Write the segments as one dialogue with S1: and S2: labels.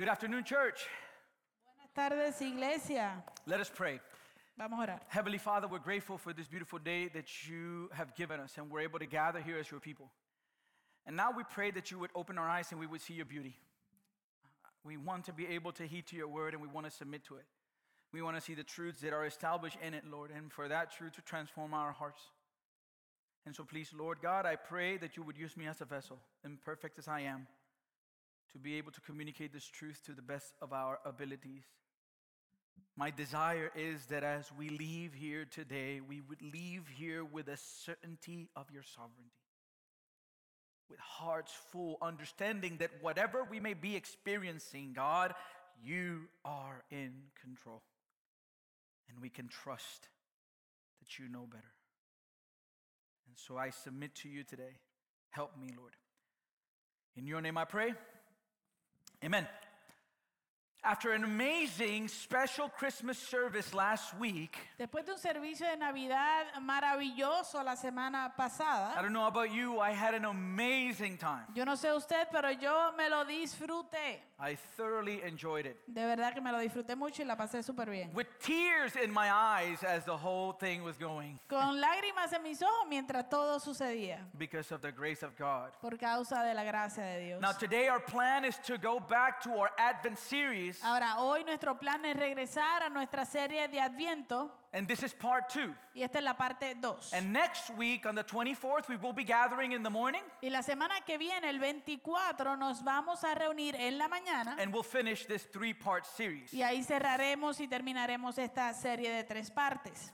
S1: Good afternoon, church.
S2: Buenas tardes, iglesia.
S1: Let us pray.
S2: Vamos a orar.
S1: Heavenly Father, we're grateful for this beautiful day that you have given us and we're able to gather here as your people. And now we pray that you would open our eyes and we would see your beauty. We want to be able to heed to your word and we want to submit to it. We want to see the truths that are established in it, Lord, and for that truth to transform our hearts. And so, please, Lord God, I pray that you would use me as a vessel, imperfect as I am, to be able to communicate this truth to the best of our abilities. My desire is that as we leave here today, we would leave here with a certainty of your sovereignty, with hearts full, understanding that whatever we may be experiencing, God, you are in control. And we can trust that you know better. And so I submit to you today. Help me, Lord. In your name I pray. Amen. After an amazing special Christmas service last week,
S2: Después de un servicio de Navidad maravilloso la semana
S1: I
S2: pasada,
S1: don't know about you, I had an amazing time.
S2: yo no sé usted, pero yo me lo disfruté.
S1: I thoroughly enjoyed it.
S2: De verdad que me lo disfruté mucho y la pasé súper bien.
S1: With tears in my eyes as the whole thing was going
S2: Con lágrimas en mis ojos mientras todo sucedía,
S1: because of the grace of God.
S2: por causa de la gracia de Dios.
S1: Now, today, our plan is to go back to our Advent series,
S2: Ahora, hoy nuestro plan es regresar a nuestra serie de Adviento
S1: and this is part two.
S2: y esta es la parte 2.
S1: And next week, on the 24th, we will be gathering in the morning
S2: Y la semana que viene, el 24, nos vamos a reunir en la mañana.
S1: and we'll finish this three part series.
S2: Y ahí cerraremos y terminaremos esta serie de tres partes.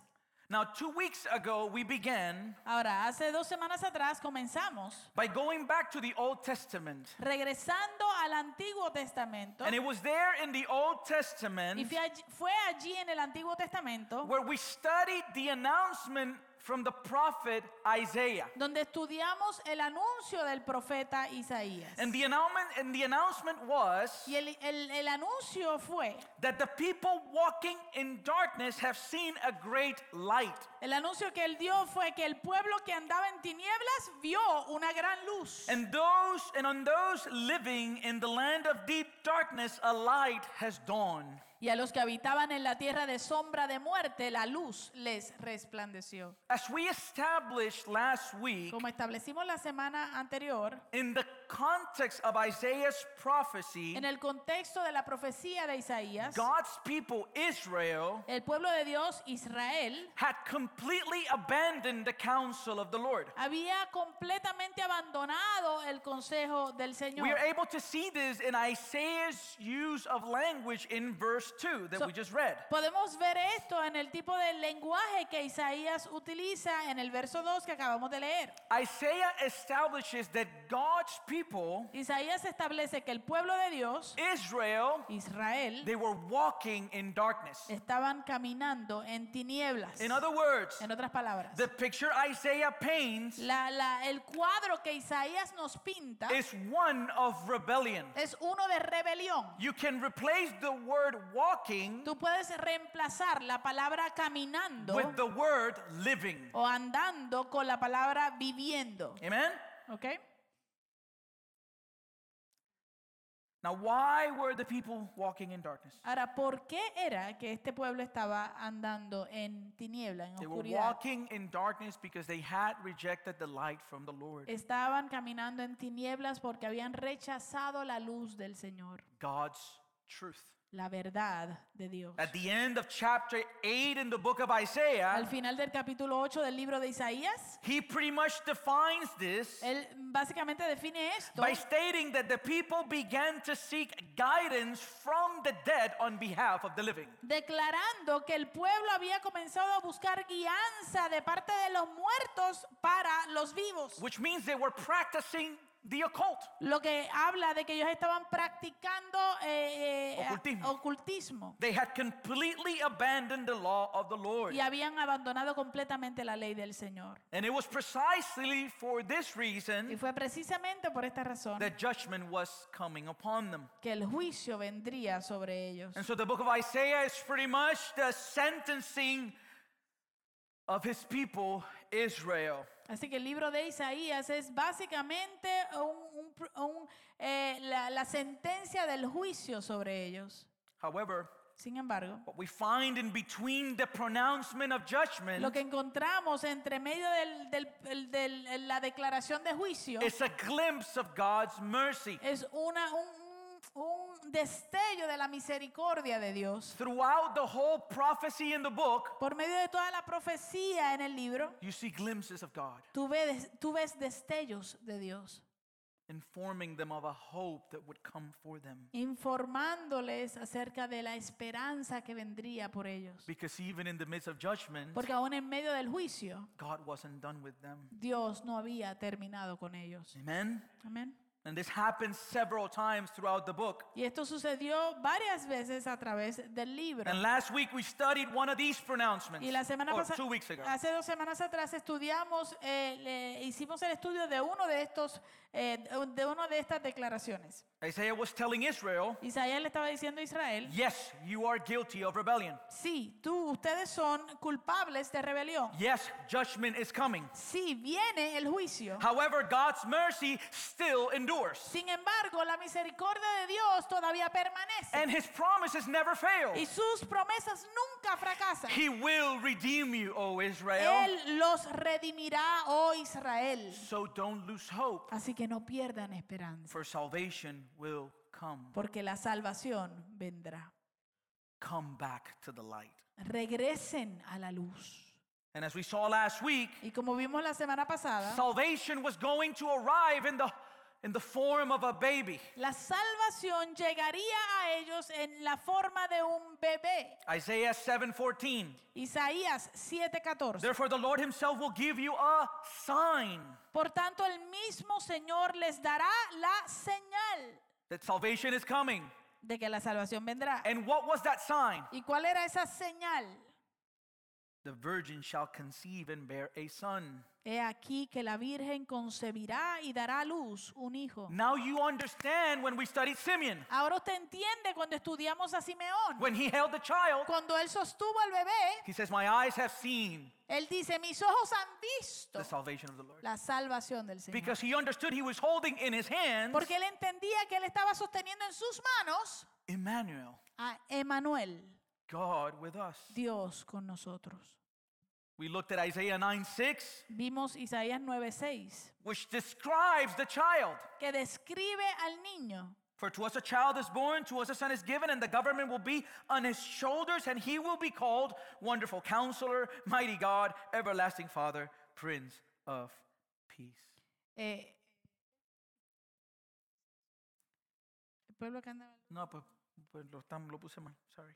S1: Now, two weeks ago, we began
S2: Ahora, hace dos semanas atrás comenzamos
S1: by going back to the Old Testament.
S2: regresando al Antiguo Testamento.
S1: And it was there in the Old
S2: Y
S1: Testament
S2: fue allí, fue allí en el Antiguo Testamento
S1: where we studied the announcement from the prophet Isaiah.
S2: donde estudiamos el anuncio del profeta Isaías.
S1: And the announcement, and the announcement was
S2: Y el, el- el anuncio fue,
S1: that the people walking in darkness have seen a great light.
S2: el anuncio que él dio fue que el pueblo que andaba en tinieblas vio una gran luz.
S1: And those and on those living in the land of deep darkness, a light has dawned.
S2: Y a los que habitaban en la tierra de sombra de muerte, la luz les resplandeció.
S1: As we established last week,
S2: Como establecimos la semana anterior,
S1: in the context of Isaiah's prophecy,
S2: en el contexto de la profecía de Isaías,
S1: God's people, Israel,
S2: el pueblo de Dios, Israel,
S1: had completely abandoned the counsel of the Lord.
S2: había completamente abandonado el consejo del
S1: We
S2: Señor.
S1: are able to see this in Isaiah's use of language in verse 2 that
S2: So-
S1: we just read.
S2: Podemos ver esto en el tipo de lenguaje que Isaías utiliza en el verso 2 que acabamos de leer.
S1: Isaiah establishes that God's people,
S2: Isaías establece que el pueblo de Dios,
S1: Israel,
S2: Israel,
S1: they were walking in darkness.
S2: estaban caminando en tinieblas.
S1: In other words,
S2: En otras palabras,
S1: the picture Isaiah paints
S2: la- la- el cuadro que Isaías nos pinta
S1: is one of rebellion.
S2: es uno de rebelión.
S1: You can replace the word walking
S2: Tú puedes reemplazar la palabra caminando
S1: with the word living.
S2: o andando con la palabra viviendo.
S1: Amen?
S2: ¿Ok?
S1: Now, why were the people walking in darkness?
S2: Ahora, ¿por qué era que este pueblo estaba andando en tiniebla, en
S1: They were
S2: oscuridad?
S1: walking in darkness because they had rejected the light from the Lord.
S2: Estaban caminando en tinieblas porque habían rechazado la luz del Señor,
S1: God's truth.
S2: la verdad de Dios.
S1: At the end of chapter 8 in the book of
S2: Al
S1: Isaiah,
S2: final del capítulo 8 del libro de Isaías,
S1: he pretty much defines this
S2: él básicamente define esto
S1: by stating that the people began to seek guidance from the dead on behalf of the living.
S2: declarando que el pueblo había comenzado a buscar guianza de parte de los muertos para los vivos,
S1: Which means they were practicing the occult.
S2: lo que habla de que ellos estaban practicando eh, eh,
S1: Ocultismo.
S2: a- ocultismo
S1: They had completely abandoned the law of the Lord.
S2: y habían abandonado completamente la ley del Señor.
S1: And it was precisely for this
S2: Y
S1: reason
S2: fue precisamente por esta razón
S1: that judgment was coming upon them.
S2: que el juicio vendría sobre ellos.
S1: And so the book of Isaiah is pretty much the sentencing of his people, Israel.
S2: Así que el libro de Isaías es básicamente un- un pr- un, eh, la, la sentencia del juicio sobre ellos.
S1: However,
S2: Sin embargo,
S1: what we find in between the pronouncement of judgment
S2: lo que encontramos entre medio de la declaración de juicio
S1: is a glimpse of God's mercy.
S2: es una, un, un- un destello de la misericordia de Dios.
S1: Throughout the whole prophecy in the book,
S2: Por medio de toda la profecía en el libro,
S1: you see glimpses of God
S2: tú ves, tú ves destellos de Dios,
S1: informing them of a hope that would come for them.
S2: informándoles acerca de la esperanza que vendría por ellos.
S1: Because even in the midst of judgment,
S2: Porque aún en medio del juicio,
S1: God wasn't done with them.
S2: Dios no había terminado con ellos.
S1: Amen?
S2: Amén.
S1: And this happens several times throughout the book.
S2: Y esto sucedió varias veces a través del libro.
S1: And last week we studied one of these pronouncements.
S2: Y la semana
S1: or
S2: pasada,
S1: Oh, two weeks ago.
S2: hace dos semanas atrás estudiamos, eh, le- hicimos el estudio de uno de estos, eh, de una de estas declaraciones.
S1: Isaiah was telling Israel,
S2: Isaías le estaba diciendo a Israel,
S1: yes, you are guilty of rebellion.
S2: sí, tú, ustedes son culpables de rebelión.
S1: Yes, judgment is coming.
S2: Sí, viene el juicio.
S1: However, God's mercy still endures.
S2: Sin embargo, la misericordia de Dios todavía permanece
S1: And his promises never fail.
S2: y sus promesas nunca fracasan.
S1: He will redeem you, O Israel.
S2: Él los redimirá, oh Israel.
S1: So don't lose hope,
S2: Así que no pierdan esperanza,
S1: for salvation will come.
S2: porque la salvación vendrá.
S1: Come back to the light.
S2: regresen a la luz.
S1: And as we saw last week,
S2: Y como vimos la semana pasada,
S1: salvation was going to arrive in the in the form of a baby.
S2: la salvación llegaría a ellos en la forma de un bebé.
S1: Isaiah 7:14.
S2: Isaías 7:14.
S1: Therefore the Lord himself will give you a sign
S2: Por tanto, el mismo Señor les dará la señal
S1: that salvation is coming.
S2: de que la salvación vendrá.
S1: And what was that sign?
S2: ¿Y cuál era esa señal?
S1: The virgin shall conceive and bear a son.
S2: He aquí que la Virgen concebirá y dará a luz un hijo.
S1: Now you understand when we studied Simeon.
S2: Ahora usted entiende cuando estudiamos a Simeón.
S1: When he held the child,
S2: Cuando él sostuvo al bebé,
S1: he says, My eyes have seen
S2: él dice, mis ojos han visto
S1: the salvation of the Lord.
S2: la salvación del Señor.
S1: Because he understood he was holding in his hands
S2: Porque él entendía que él estaba sosteniendo en sus manos
S1: Emmanuel,
S2: a Emanuel,
S1: God with us.
S2: Dios con nosotros.
S1: We looked at Isaiah 9 6,
S2: Vimos Isaías 9:6,
S1: which describes the child.
S2: que describe al niño,
S1: For to us a child is born, to us a son is given, and the government will be on his shoulders, and he will be called Wonderful Counselor, Mighty God, Everlasting Father, Prince of Peace.
S2: eh, el pueblo que anda-
S1: No, pues, pues lo, tam- lo puse mal, sorry.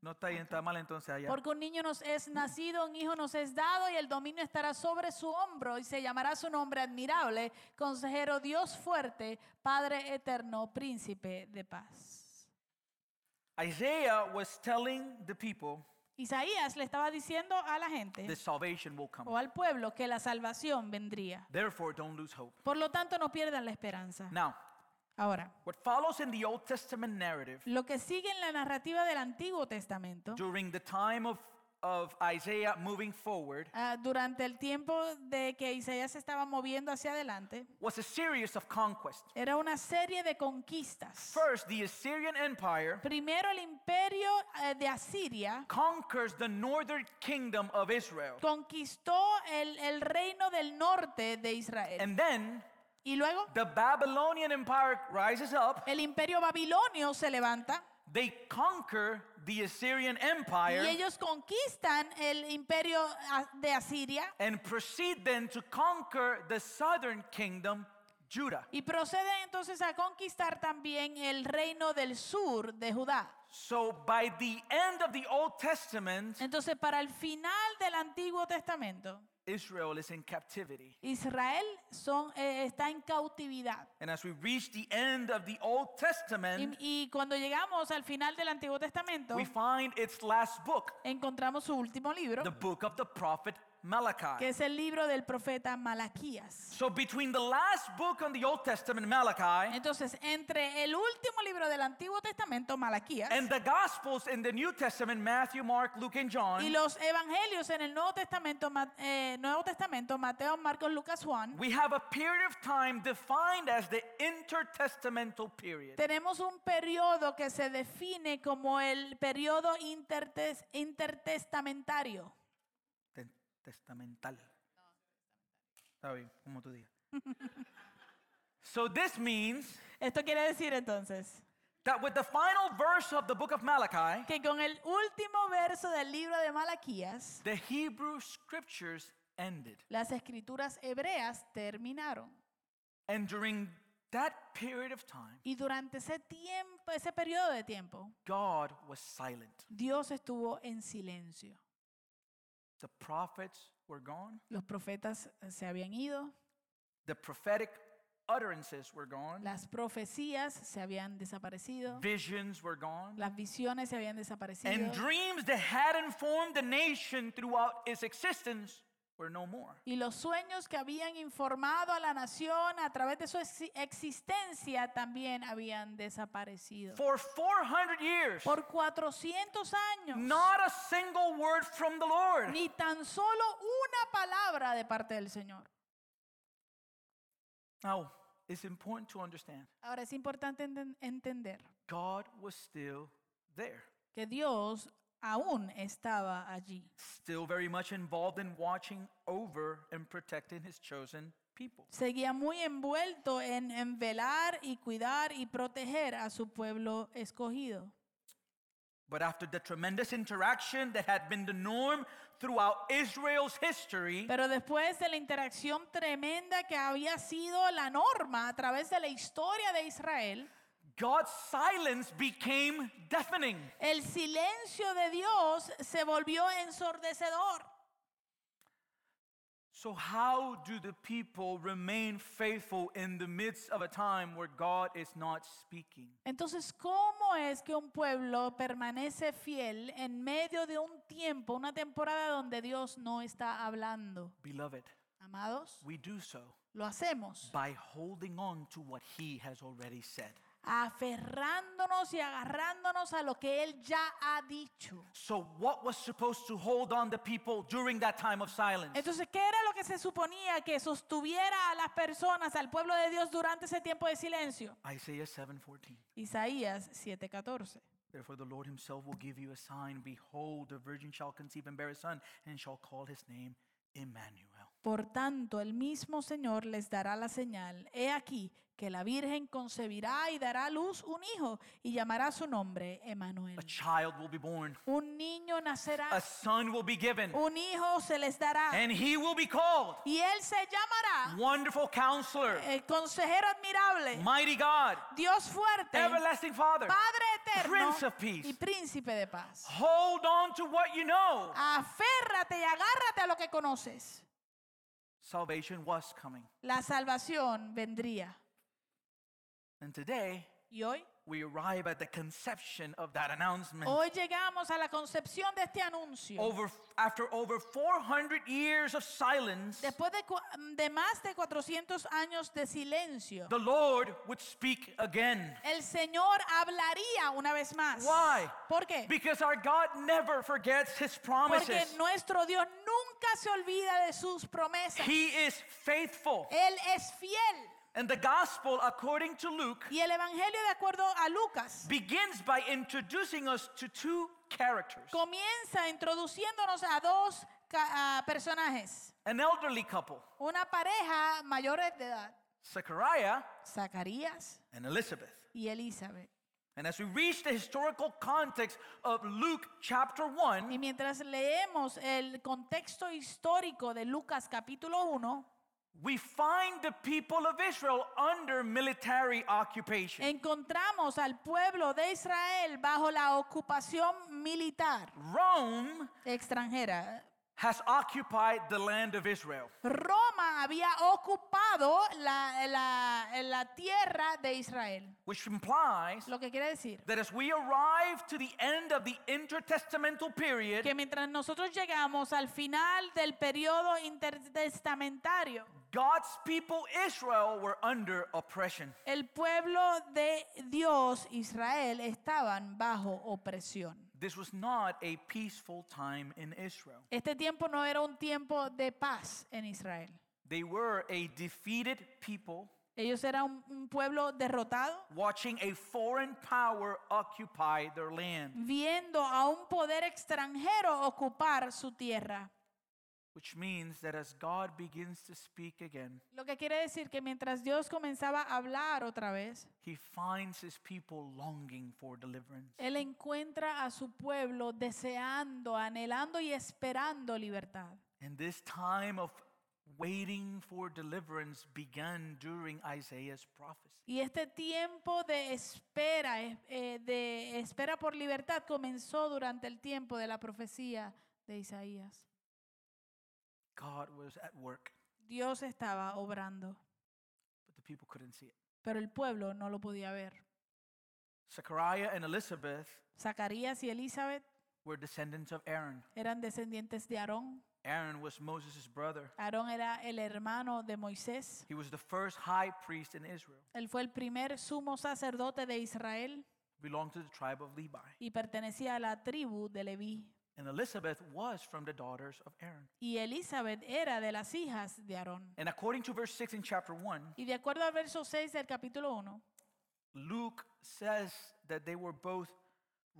S1: No está bien, está mal entonces allá.
S2: Porque un niño nos es nacido, un hijo nos es dado y el dominio estará sobre su hombro y se llamará su nombre admirable, consejero Dios fuerte, Padre eterno, príncipe de paz.
S1: Isaiah was telling the people
S2: Isaías le estaba diciendo a la gente,
S1: that salvation will come.
S2: o al pueblo que la salvación vendría.
S1: Therefore, don't lose hope.
S2: Por lo tanto, no pierdan la esperanza.
S1: Now,
S2: Ahora,
S1: what follows in the Old Testament narrative
S2: lo que sigue en la narrativa del Antiguo Testamento,
S1: during the time of, of Isaiah moving forward
S2: ah, durante el tiempo de que Isaías se estaba moviendo hacia adelante,
S1: was a series of conquests.
S2: era una serie de conquistas.
S1: First, the Assyrian Empire
S2: Primero el imperio eh, de Asiria
S1: conquers the northern kingdom of Israel.
S2: conquistó el, el reino del norte de Israel.
S1: And then
S2: Y luego
S1: the Babylonian Empire rises up.
S2: el imperio babilonio se levanta
S1: They conquer the Assyrian
S2: y
S1: Empire
S2: ellos conquistan el imperio ah, de Asiria.
S1: and proceed then to conquer the southern kingdom, Judah.
S2: Y proceden entonces a conquistar también el reino del sur de Judá.
S1: So by the end of the Old Testament,
S2: Entonces, para el final del Antiguo Testamento,
S1: Israel is in captivity.
S2: Israel son, eh, está en cautividad.
S1: And as we reach the end of the Old Testament,
S2: Y, y cuando llegamos al final del Antiguo Testamento,
S1: we find its last book,
S2: encontramos su último libro,
S1: the book of the prophet Malachi.
S2: que es el libro del profeta Malaquías.
S1: So between the last book on the Old Testament, Malachi,
S2: Entonces, entre el último libro del Antiguo Testamento, Malaquías,
S1: and the Gospels in the New Testament, Matthew, Mark, Luke, and
S2: y
S1: John,
S2: los evangelios en el Nuevo Testamento, Ma- eh, Nuevo Testamento Mateo, Marcos, Lucas, Juan,
S1: we have a period of time defined as the intertestamental period.
S2: tenemos un periodo que se define como el periodo intertes- intertestamentario.
S1: Te- Testamental. Está bien, como tú digas. so this means
S2: Esto quiere decir entonces
S1: that with the final verse of the book of Malachi,
S2: que con el último verso del libro de Malaquías,
S1: the Hebrew scriptures ended.
S2: las escrituras hebreas terminaron.
S1: And during that period of time,
S2: Y durante ese tiempo, ese periodo de tiempo,
S1: God was silent.
S2: Dios estuvo en silencio.
S1: The prophets were gone,
S2: Los profetas eh, se habían ido,
S1: the prophetic utterances were gone,
S2: las profecías se habían desaparecido,
S1: visions were gone,
S2: las visiones se habían desaparecido
S1: and dreams that had informed the nation throughout its existence were no more.
S2: y los sueños que habían informado a la nación a través de su exi- existencia también habían desaparecido.
S1: For 400 years,
S2: Por 400 años,
S1: not a single word from the Lord.
S2: ni tan solo una palabra de parte del Señor.
S1: Now, it's important to understand
S2: Ahora es importante enten- entender
S1: God was still there.
S2: que Dios aún estaba allí,
S1: still very much involved in watching over and protecting his chosen people.
S2: seguía muy envuelto en, en velar y cuidar y proteger a su pueblo escogido.
S1: But after the tremendous interaction that had been the norm throughout Israel's history,
S2: Pero después de la interacción tremenda que había sido la norma a través de la historia de Israel,
S1: God's silence became deafening.
S2: el silencio de Dios se volvió ensordecedor.
S1: So, how do the people remain faithful in the midst of a time where God is not speaking?
S2: Entonces, ¿cómo es que un pueblo permanece fiel en medio de un tiempo, una temporada donde Dios no está hablando?
S1: Beloved,
S2: Amados,
S1: we do so
S2: lo hacemos
S1: by holding on to what he has already said.
S2: aferrándonos y agarrándonos a lo que Él ya ha dicho.
S1: So, what was supposed to hold on the people during that time of silence?
S2: Entonces, ¿qué era lo que se suponía que sostuviera a las personas, al pueblo de Dios durante ese tiempo de silencio?
S1: Isaiah 7:14.
S2: Isaías 7:14.
S1: Therefore the Lord himself will give you a sign behold the virgin shall conceive and bear a son and shall call his name Emmanuel.
S2: Por tanto, el mismo Señor les dará la señal. He aquí que la Virgen concebirá y dará a luz un hijo y llamará su nombre Emanuel.
S1: A child will be born,
S2: Un niño nacerá,
S1: a son will be given,
S2: un hijo se les dará
S1: and he will be called
S2: y él se llamará
S1: Wonderful Counselor,
S2: el consejero admirable.
S1: Mighty God,
S2: Dios fuerte,
S1: Everlasting Father.
S2: Padre eterno
S1: Prince of Peace.
S2: y príncipe de paz.
S1: Hold on to what you know.
S2: Ah. Aférrate y agárrate a lo que conoces.
S1: Salvation was coming.
S2: La salvación vendría.
S1: And today
S2: Y hoy,
S1: we arrive at the conception of that announcement.
S2: hoy llegamos a la concepción de este anuncio.
S1: Over after over 400 years of silence,
S2: Después de, cua- de más de 400 años de silencio,
S1: the Lord would speak again.
S2: el Señor hablaría una vez más.
S1: Why?
S2: ¿Por qué?
S1: Because our God never forgets his promises.
S2: Porque nuestro Dios nunca se olvida de sus promesas.
S1: He is faithful.
S2: Él es fiel.
S1: And the gospel, according to Luke,
S2: Y el Evangelio, de acuerdo a Lucas,
S1: begins by introducing us to two characters
S2: comienza introduciéndonos a dos ca- a personajes.
S1: an elderly couple,
S2: Una pareja mayores de edad,
S1: Zechariah
S2: Zacarías
S1: and Elizabeth.
S2: y Elizabeth.
S1: And as we reach the historical context of Luke chapter
S2: Y
S1: 1,
S2: mientras leemos el contexto histórico de Lucas capítulo 1,
S1: we find the people of Israel under military occupation.
S2: encontramos al pueblo de Israel bajo la ocupación militar
S1: Rome
S2: extranjera
S1: has occupied the land of Israel.
S2: Roma había ocupado la, la- la tierra de Israel.
S1: Which implies
S2: Lo que quiere decir
S1: that as we arrive to the end of the intertestamental period,
S2: que mientras nosotros llegamos al final del periodo intertestamentario,
S1: God's people, Israel, were under oppression.
S2: el pueblo de Dios, Israel, estaban bajo opresión.
S1: This was not a peaceful time in Israel.
S2: Este tiempo no era un tiempo de paz en Israel.
S1: They were a defeated people
S2: Ellos eran un- un pueblo derrotado,
S1: watching a foreign power occupy their land,
S2: viendo a un poder extranjero ocupar su tierra.
S1: which means that as God begins to speak again,
S2: Lo que quiere decir que mientras Dios comenzaba a hablar otra vez,
S1: he finds his people longing for deliverance.
S2: Él encuentra a su pueblo deseando, anhelando y esperando libertad.
S1: And this time of waiting for deliverance began during Isaiah's prophecy.
S2: Y este tiempo de espera, eh, eh, de espera por libertad, comenzó durante el tiempo de la profecía de Isaías.
S1: God was at work,
S2: Dios estaba obrando,
S1: but the people couldn't see it.
S2: pero el pueblo no lo podía ver.
S1: Zechariah and Elizabeth
S2: Zacarías y Elizabeth
S1: were descendants of Aaron.
S2: eran descendientes de Aarón.
S1: Aaron was Moses' brother.
S2: Aarón era el hermano de Moisés.
S1: He was the first high priest in Israel,
S2: Él fue el primer sumo sacerdote de Israel
S1: belonged to the tribe of Levi.
S2: y pertenecía a la tribu de Leví.
S1: And Elizabeth was from the daughters of Aaron.
S2: Y Elizabeth era de las hijas de Aarón.
S1: And according to verse 6 in chapter 1,
S2: Y de acuerdo al verso 6 del capítulo 1,
S1: Luke says that they were both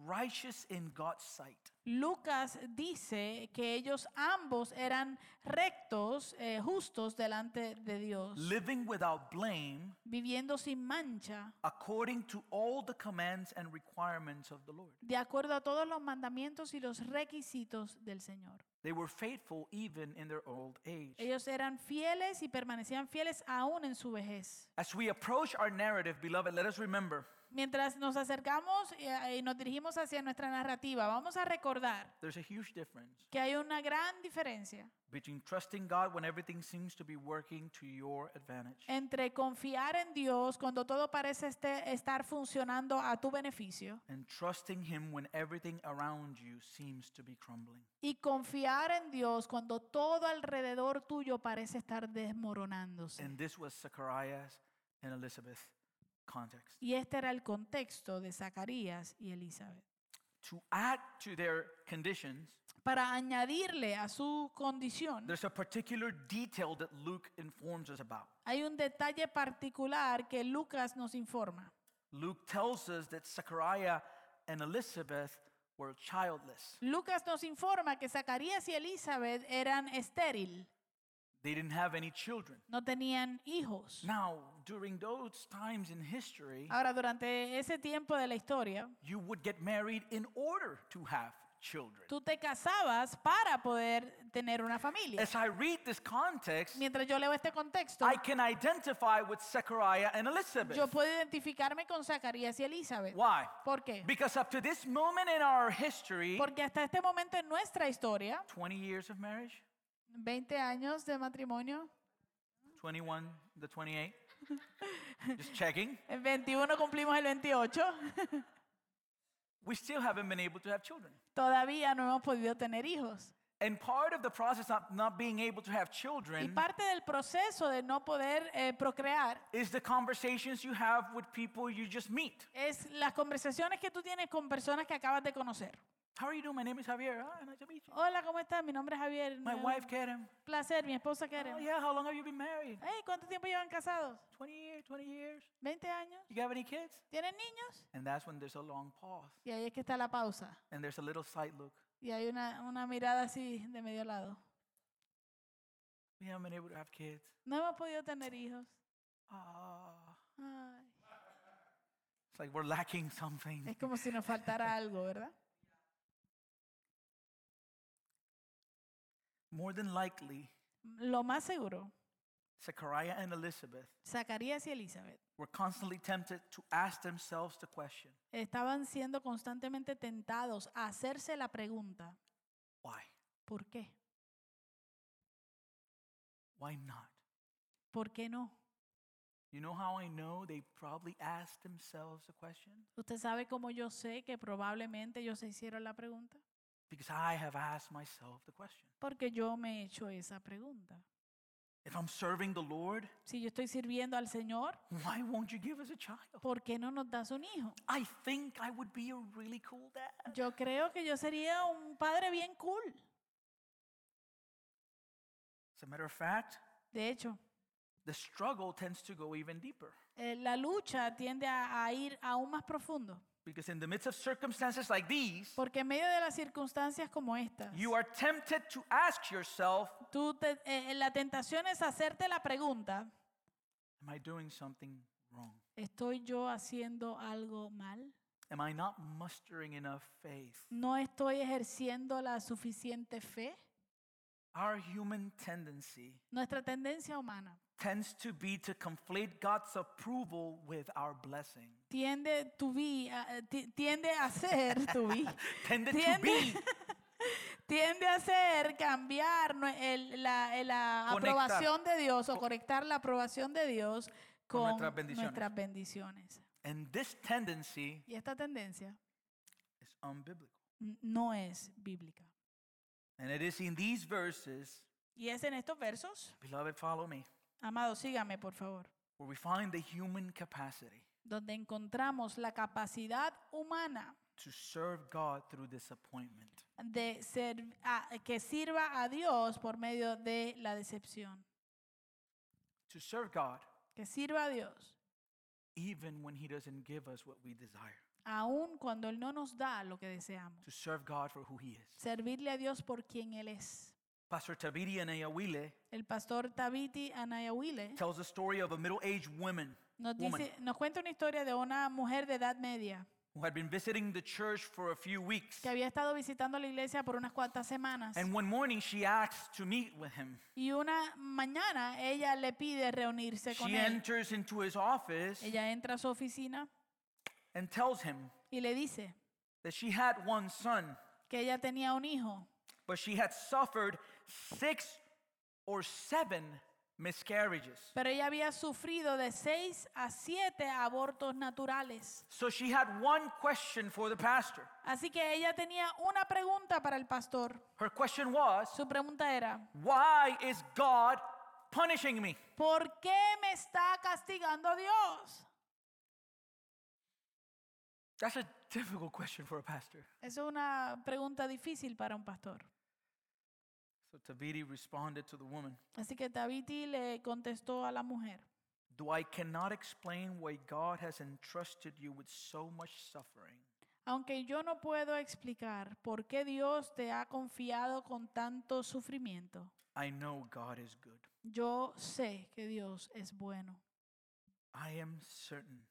S1: righteous in God's sight.
S2: Lucas dice que ellos ambos eran rectos, eh, justos delante de Dios,
S1: living without blame
S2: viviendo sin mancha,
S1: according to all the commands and requirements of the Lord.
S2: de acuerdo a todos los mandamientos y los requisitos del Señor.
S1: They were faithful even in their old age.
S2: Ellos eran fieles y permanecían fieles aún en su vejez.
S1: As we approach our narrative, beloved, let us remember
S2: Mientras nos acercamos eh, y nos dirigimos hacia nuestra narrativa, vamos a recordar
S1: there's a huge difference
S2: que hay una gran diferencia
S1: between trusting God when everything seems to be working to your advantage
S2: entre confiar en Dios cuando todo parece este- estar funcionando a tu beneficio
S1: and trusting Him when everything around you seems to be crumbling.
S2: y confiar en Dios cuando todo alrededor tuyo parece estar desmoronándose.
S1: And this was Zacharias and Elizabeth's context.
S2: Y este era el contexto de Zacarías y Elizabeth.
S1: To add to their conditions,
S2: Para añadirle a su condición,
S1: there's a particular detail that Luke informs us about.
S2: hay un detalle particular que Lucas nos informa.
S1: Luke tells us that Zechariah and Elizabeth were childless.
S2: Lucas nos informa que Zacarías y Elizabeth eran estéril,
S1: They didn't have any children.
S2: no tenían hijos.
S1: Now, during those times in history,
S2: Ahora, durante ese tiempo de la historia,
S1: you would get married in order to have children.
S2: tú te casabas para poder tener una familia.
S1: As I read this context,
S2: Mientras yo leo este contexto,
S1: I can identify with Zechariah and Elizabeth.
S2: yo puedo identificarme con Zacarías y Elizabeth.
S1: Why?
S2: ¿Por qué?
S1: Because up to this moment in our history,
S2: Porque hasta este momento en nuestra historia,
S1: 20 years of marriage,
S2: 20 años de matrimonio,
S1: 21, the 28, just checking,
S2: en 21 cumplimos el 28,
S1: we still haven't been able to have children.
S2: todavía no hemos podido tener hijos.
S1: And part of the process of not being able to have
S2: Y
S1: children
S2: parte del proceso de no poder eh, procrear
S1: is the conversations you have with people you just meet.
S2: es las conversaciones que tú tienes con personas que acabas de conocer.
S1: How are you doing? My name is Javier. Ah, nice to meet you.
S2: Hola, ¿cómo estás? Mi nombre es Javier.
S1: My
S2: Me da
S1: wife,
S2: un
S1: Karen.
S2: Placer, mi esposa Karen.
S1: Oh, yeah, how long have you been married?
S2: Hey, ¿cuánto tiempo llevan casados?
S1: 20 years, 20 years.
S2: 20 años.
S1: You have any kids?
S2: ¿Tienen niños?
S1: And that's when there's a long pause
S2: Y ahí es que está la pausa.
S1: and there's a little side look.
S2: Y hay una, una mirada así de medio lado.
S1: We haven't been able to have kids.
S2: No hemos podido tener hijos.
S1: Ah,
S2: Ay,
S1: it's like we're lacking something.
S2: es como si nos faltara algo, ¿verdad?
S1: More than likely,
S2: Lo más seguro,
S1: Zechariah and Elizabeth
S2: Zacarías y Elizabeth
S1: were constantly tempted to ask themselves the question
S2: estaban siendo constantemente tentados a hacerse la pregunta,
S1: why?
S2: ¿por qué?
S1: Why not?
S2: ¿Por qué no?
S1: You know how I know they probably asked themselves the question?
S2: ¿Usted sabe cómo yo sé que probablemente ellos se hicieron la pregunta?
S1: Because I have asked myself the question.
S2: Porque yo me he hecho esa pregunta.
S1: If I'm serving the Lord,
S2: Si yo estoy sirviendo al Señor,
S1: why won't you give us a child?
S2: ¿por qué no nos das un hijo?
S1: I think I would be a really cool dad.
S2: Yo creo que yo sería un padre bien cool.
S1: As a matter of fact,
S2: De hecho,
S1: the struggle tends to go even deeper.
S2: eh, la lucha tiende a, a ir aún más profundo.
S1: Because in the midst of circumstances like these,
S2: Porque en medio de las circunstancias como estas,
S1: you are tempted to ask yourself,
S2: tú te- eh, eh, la tentación es hacerte la pregunta,
S1: Am I doing something wrong?
S2: ¿estoy yo haciendo algo mal?
S1: Am I not mustering enough faith?
S2: ¿No estoy ejerciendo la suficiente fe?
S1: Our human tendency
S2: Nuestra tendencia humana
S1: tends to be to conflate God's approval with our blessing.
S2: tiende, to be, a- eh, ti- tiende a ser, to be,
S1: Tended to be
S2: tiende, tiende a ser cambiar nue- el- la, el- la
S1: Conectar.
S2: aprobación de Dios o conectar la aprobación de Dios
S1: Con
S2: con,
S1: nuestras bendiciones.
S2: nuestras bendiciones.
S1: And this tendency
S2: Y esta tendencia
S1: is unbiblical.
S2: n- no es bíblica.
S1: And it is in these verses,
S2: Y es en estos versos,
S1: beloved, follow me,
S2: amado, sígame por favor,
S1: where we find the human capacity
S2: donde encontramos la capacidad humana
S1: to serve God through disappointment.
S2: de ser, a- que sirva a Dios por medio de la decepción.
S1: To serve God
S2: Que sirva a Dios,
S1: even when He doesn't give us what we desire.
S2: aun cuando Él no nos da lo que deseamos.
S1: To serve God for who He is.
S2: Servirle a Dios por quien Él es.
S1: Pastor Tabidi Anayawile
S2: El pastor Tabiti Anayawile
S1: tells the story of a middle aged woman,
S2: nos,
S1: woman
S2: dice, nos cuenta una historia de una mujer de edad media
S1: who had been visiting the church for a few weeks.
S2: que había estado visitando la iglesia por unas cuantas semanas.
S1: And one morning she asks to meet with him.
S2: Y una mañana ella le pide reunirse con
S1: She
S2: él.
S1: enters into his office
S2: Ella entra a su oficina
S1: and tells him
S2: y le dice
S1: that she had one son,
S2: que ella tenía un hijo,
S1: but she had suffered six or seven miscarriages.
S2: pero ella había sufrido de seis a siete abortos naturales.
S1: So she had one question for the pastor.
S2: Así que ella tenía una pregunta para el pastor.
S1: Her question was,
S2: Su pregunta era,
S1: Why is God punishing me?
S2: ¿por qué me está castigando Dios?
S1: That's a difficult question for a pastor.
S2: Esa es una pregunta difícil para un pastor.
S1: So Tabiti responded to the woman
S2: Así que Tabiti le contestó a la mujer,
S1: Though I cannot explain why God has entrusted you with so much suffering,
S2: aunque yo no puedo explicar por qué Dios te ha confiado con tanto sufrimiento,
S1: I know God is good.
S2: yo sé que Dios es bueno.
S1: I am certain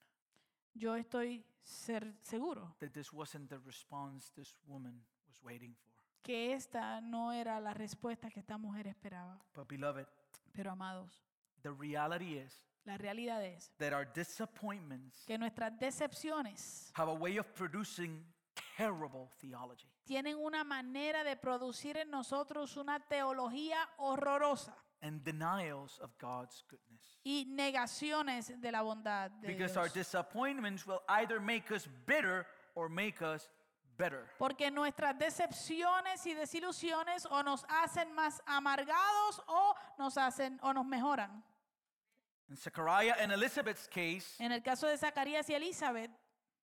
S2: Yo estoy cer- seguro
S1: that this wasn't the response this woman was waiting for.
S2: que esta no era la respuesta que esta mujer esperaba.
S1: But, beloved,
S2: Pero amados,
S1: the reality is
S2: la realidad es
S1: that our disappointments
S2: que nuestras decepciones
S1: have a way of producing terrible theology.
S2: tienen una manera de producir en nosotros una teología horrorosa
S1: and denials of God's goodness.
S2: y negaciones de la bondad de
S1: Because our
S2: Dios.
S1: disappointments will either make us bitter or make us better.
S2: Porque nuestras decepciones y desilusiones o nos hacen más amargados o nos hacen o nos mejoran.
S1: In Zechariah and Elizabeth's case,
S2: En el caso de Zacarías y Elizabeth,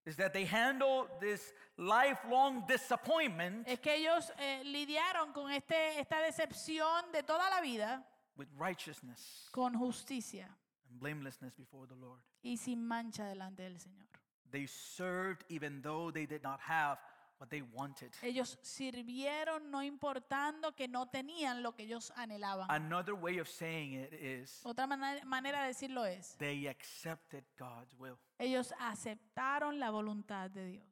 S1: is that they handle this lifelong disappointment
S2: es que ellos eh, lidiaron con este, esta decepción de toda la vida
S1: with righteousness
S2: con justicia
S1: and blamelessness before the Lord.
S2: y sin mancha delante del Señor.
S1: They served even though they did not have what they wanted.
S2: Ellos sirvieron no importando que no tenían lo que ellos anhelaban.
S1: Another way of saying it is
S2: Otra mana- manera de decirlo es,
S1: they accepted God's will.
S2: ellos aceptaron la voluntad de Dios.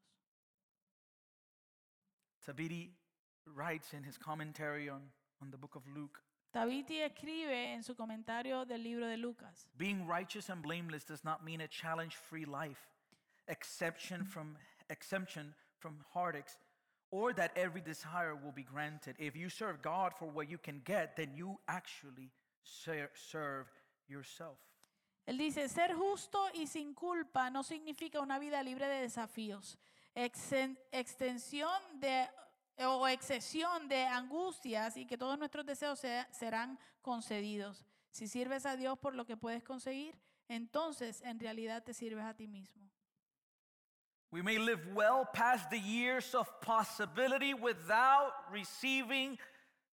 S1: Tabiti writes in his commentary on, on the book of Luke
S2: Tabiti escribe en su comentario del libro de Lucas,
S1: Being righteous and blameless does not mean a challenge-free life, exception from exemption from heartaches, or that every desire will be granted. If you serve God for what you can get, then you actually ser- serve yourself.
S2: Él dice, ser justo y sin culpa no significa una vida libre de desafíos, exen- extensión de o excesión de angustias y que todos nuestros deseos sea- serán concedidos. Si sirves a Dios por lo que puedes conseguir, entonces en realidad te sirves a ti mismo.
S1: We may live well past the years of possibility without receiving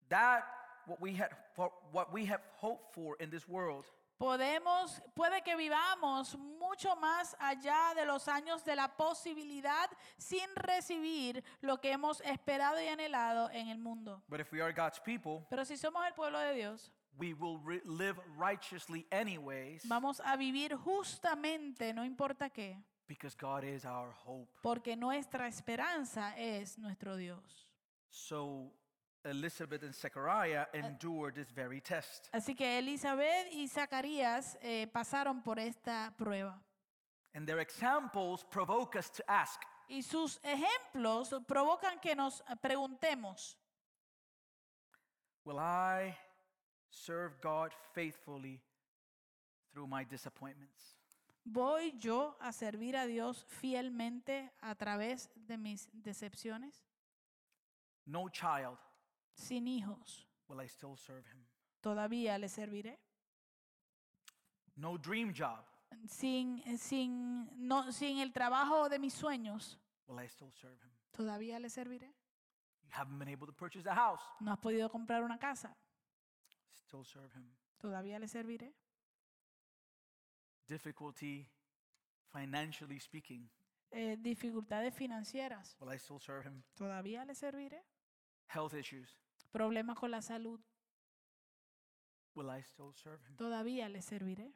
S1: that what we had for, what we have hoped for in this world.
S2: Podemos, puede que vivamos mucho más allá de los años de la posibilidad sin recibir lo que hemos esperado y anhelado en el mundo.
S1: But if we are God's people,
S2: Pero si somos el pueblo de Dios,
S1: we will re- live righteously anyways
S2: vamos a vivir justamente, no importa qué,
S1: because God is our hope.
S2: porque nuestra esperanza es nuestro Dios.
S1: So Elizabeth and Zechariah endured this very test.
S2: Así que Elizabeth y Zacarías eh, pasaron por esta prueba.
S1: And their examples provoke us to ask,
S2: Y sus ejemplos provocan que nos preguntemos,
S1: Will I serve God faithfully through my disappointments?
S2: ¿voy yo a servir a Dios fielmente a través de mis decepciones?
S1: No child
S2: Sin hijos,
S1: will I still serve him.
S2: todavía le serviré.
S1: No dream job
S2: Sin, sin, no, sin el trabajo de mis sueños,
S1: will I still serve him.
S2: todavía le serviré.
S1: You haven't been able to purchase a house,
S2: No has podido comprar una casa,
S1: still serve him.
S2: todavía le serviré.
S1: Difficulty financially speaking,
S2: Eh, dificultades financieras,
S1: will I still serve him?
S2: todavía le serviré.
S1: Health issues,
S2: Problemas con la salud,
S1: will I still serve him?
S2: todavía le serviré.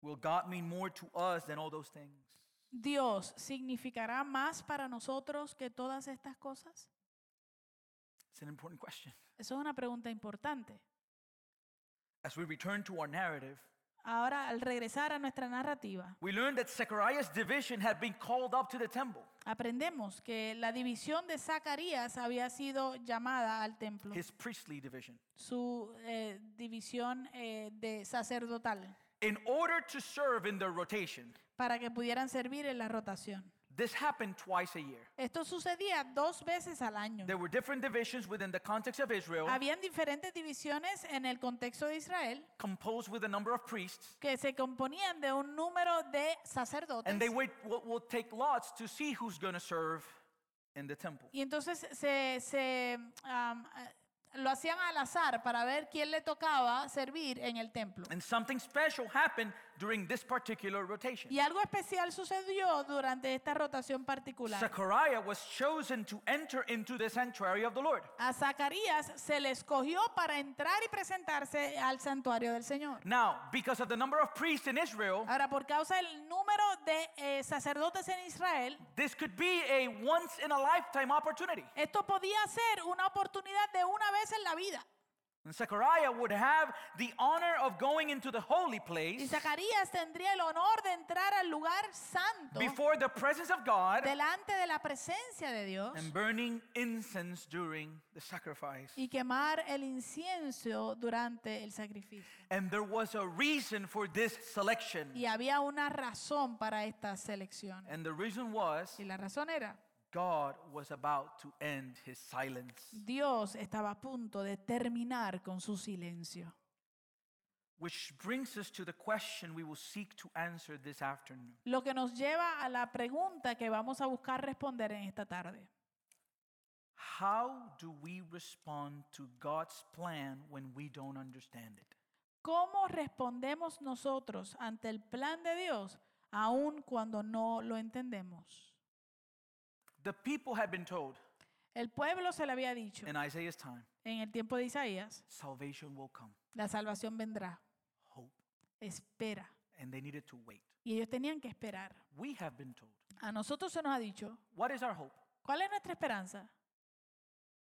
S1: Will God mean more to us than all those things?
S2: Dios significará más para nosotros que todas estas cosas?
S1: It's an important question.
S2: Eso es una pregunta importante.
S1: As we return to our narrative,
S2: Ahora, al regresar a nuestra narrativa,
S1: we learn that Zechariah's division had been called up to the temple.
S2: aprendemos que la división de Zacarías había sido llamada al templo,
S1: his priestly division.
S2: su eh, división eh, de sacerdotal,
S1: In order to serve in the rotation,
S2: para que pudieran servir en la rotación.
S1: this happened twice a year.
S2: Esto sucedía dos veces al año.
S1: There were different divisions within the context of Israel,
S2: Habían diferentes divisiones en el contexto de Israel
S1: composed with a number of priests,
S2: que se componían de un número de
S1: and they
S2: sacerdotes.
S1: would, will, will take lots to see who's going to serve in the temple.
S2: Y entonces se, se, am, eh, lo hacían al azar para ver quién le tocaba servir en el templo.
S1: And something special happened during this particular rotation.
S2: Y algo especial sucedió durante esta rotación particular.
S1: Zechariah was chosen to enter into the sanctuary of the Lord.
S2: A Zacarías se le escogió para entrar y presentarse al santuario del Señor.
S1: Now, because of the number of priests in Israel,
S2: Ahora, por causa del número de eh, sacerdotes en Israel,
S1: this could be a once in a lifetime opportunity.
S2: Esto podía ser una oportunidad de una vez en la vida.
S1: And Zechariah would have the honor of going into the holy
S2: Y
S1: place
S2: Zacarías tendría el honor de entrar al lugar santo
S1: before the presence of God
S2: delante de la presencia de Dios
S1: and burning incense during the sacrifice.
S2: y quemar el incienso durante el sacrificio.
S1: And there was a reason for this selection.
S2: Y había una razón para esta selección.
S1: And the reason was
S2: Y la razón era,
S1: God was about to end his silence.
S2: Dios estaba a punto de terminar con su silencio.
S1: Which brings us to the question we will seek to answer this afternoon.
S2: Lo que nos lleva a la pregunta que vamos a buscar responder en esta tarde.
S1: How do we respond to God's plan when we don't understand it?
S2: ¿Cómo respondemos nosotros ante el plan de Dios aun cuando no lo entendemos?
S1: The people had been told
S2: El pueblo se le había dicho
S1: in Isaiah's time
S2: en el tiempo de Isaías,
S1: salvation will come.
S2: la salvación vendrá,
S1: hope
S2: espera.
S1: and they needed to wait.
S2: Y ellos tenían que esperar.
S1: We have been told.
S2: A nosotros se nos ha dicho,
S1: What is our hope?
S2: ¿cuál es nuestra esperanza?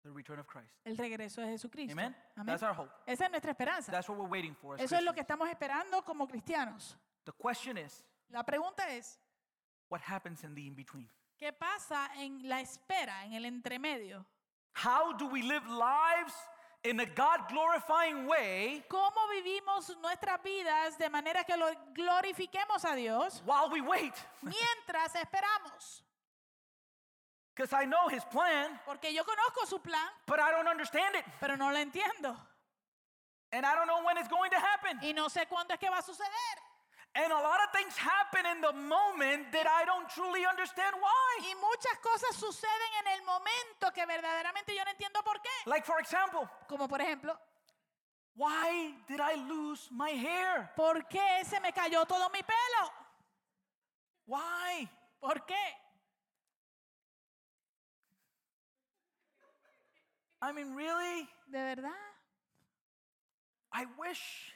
S1: The return of Christ.
S2: El regreso de Jesucristo.
S1: Amen?
S2: Amén.
S1: That's our hope.
S2: Esa es nuestra esperanza.
S1: That's what we're waiting for. as
S2: Eso es lo que
S1: Christians.
S2: estamos esperando como cristianos.
S1: The question is,
S2: La pregunta es,
S1: what happens in the in between?
S2: ¿qué pasa en la espera, en el entremedio?
S1: How do we live lives in a God glorifying way
S2: ¿Cómo vivimos nuestras vidas de manera que lo glorifiquemos a Dios
S1: while we wait.
S2: mientras esperamos?
S1: Because I know His plan,
S2: Porque yo conozco su plan,
S1: but I don't understand it.
S2: pero no lo entiendo.
S1: And I don't know when it's going to happen.
S2: Y no sé cuándo es que va a suceder.
S1: And a lot of things happen in the moment that I don't truly understand why.
S2: Y muchas cosas suceden en el momento que verdaderamente yo no entiendo por qué.
S1: Like, for example,
S2: Como por ejemplo,
S1: why did I lose my hair?
S2: ¿por qué se me cayó todo mi pelo?
S1: Why?
S2: ¿Por qué?
S1: I mean, really?
S2: De verdad.
S1: I wish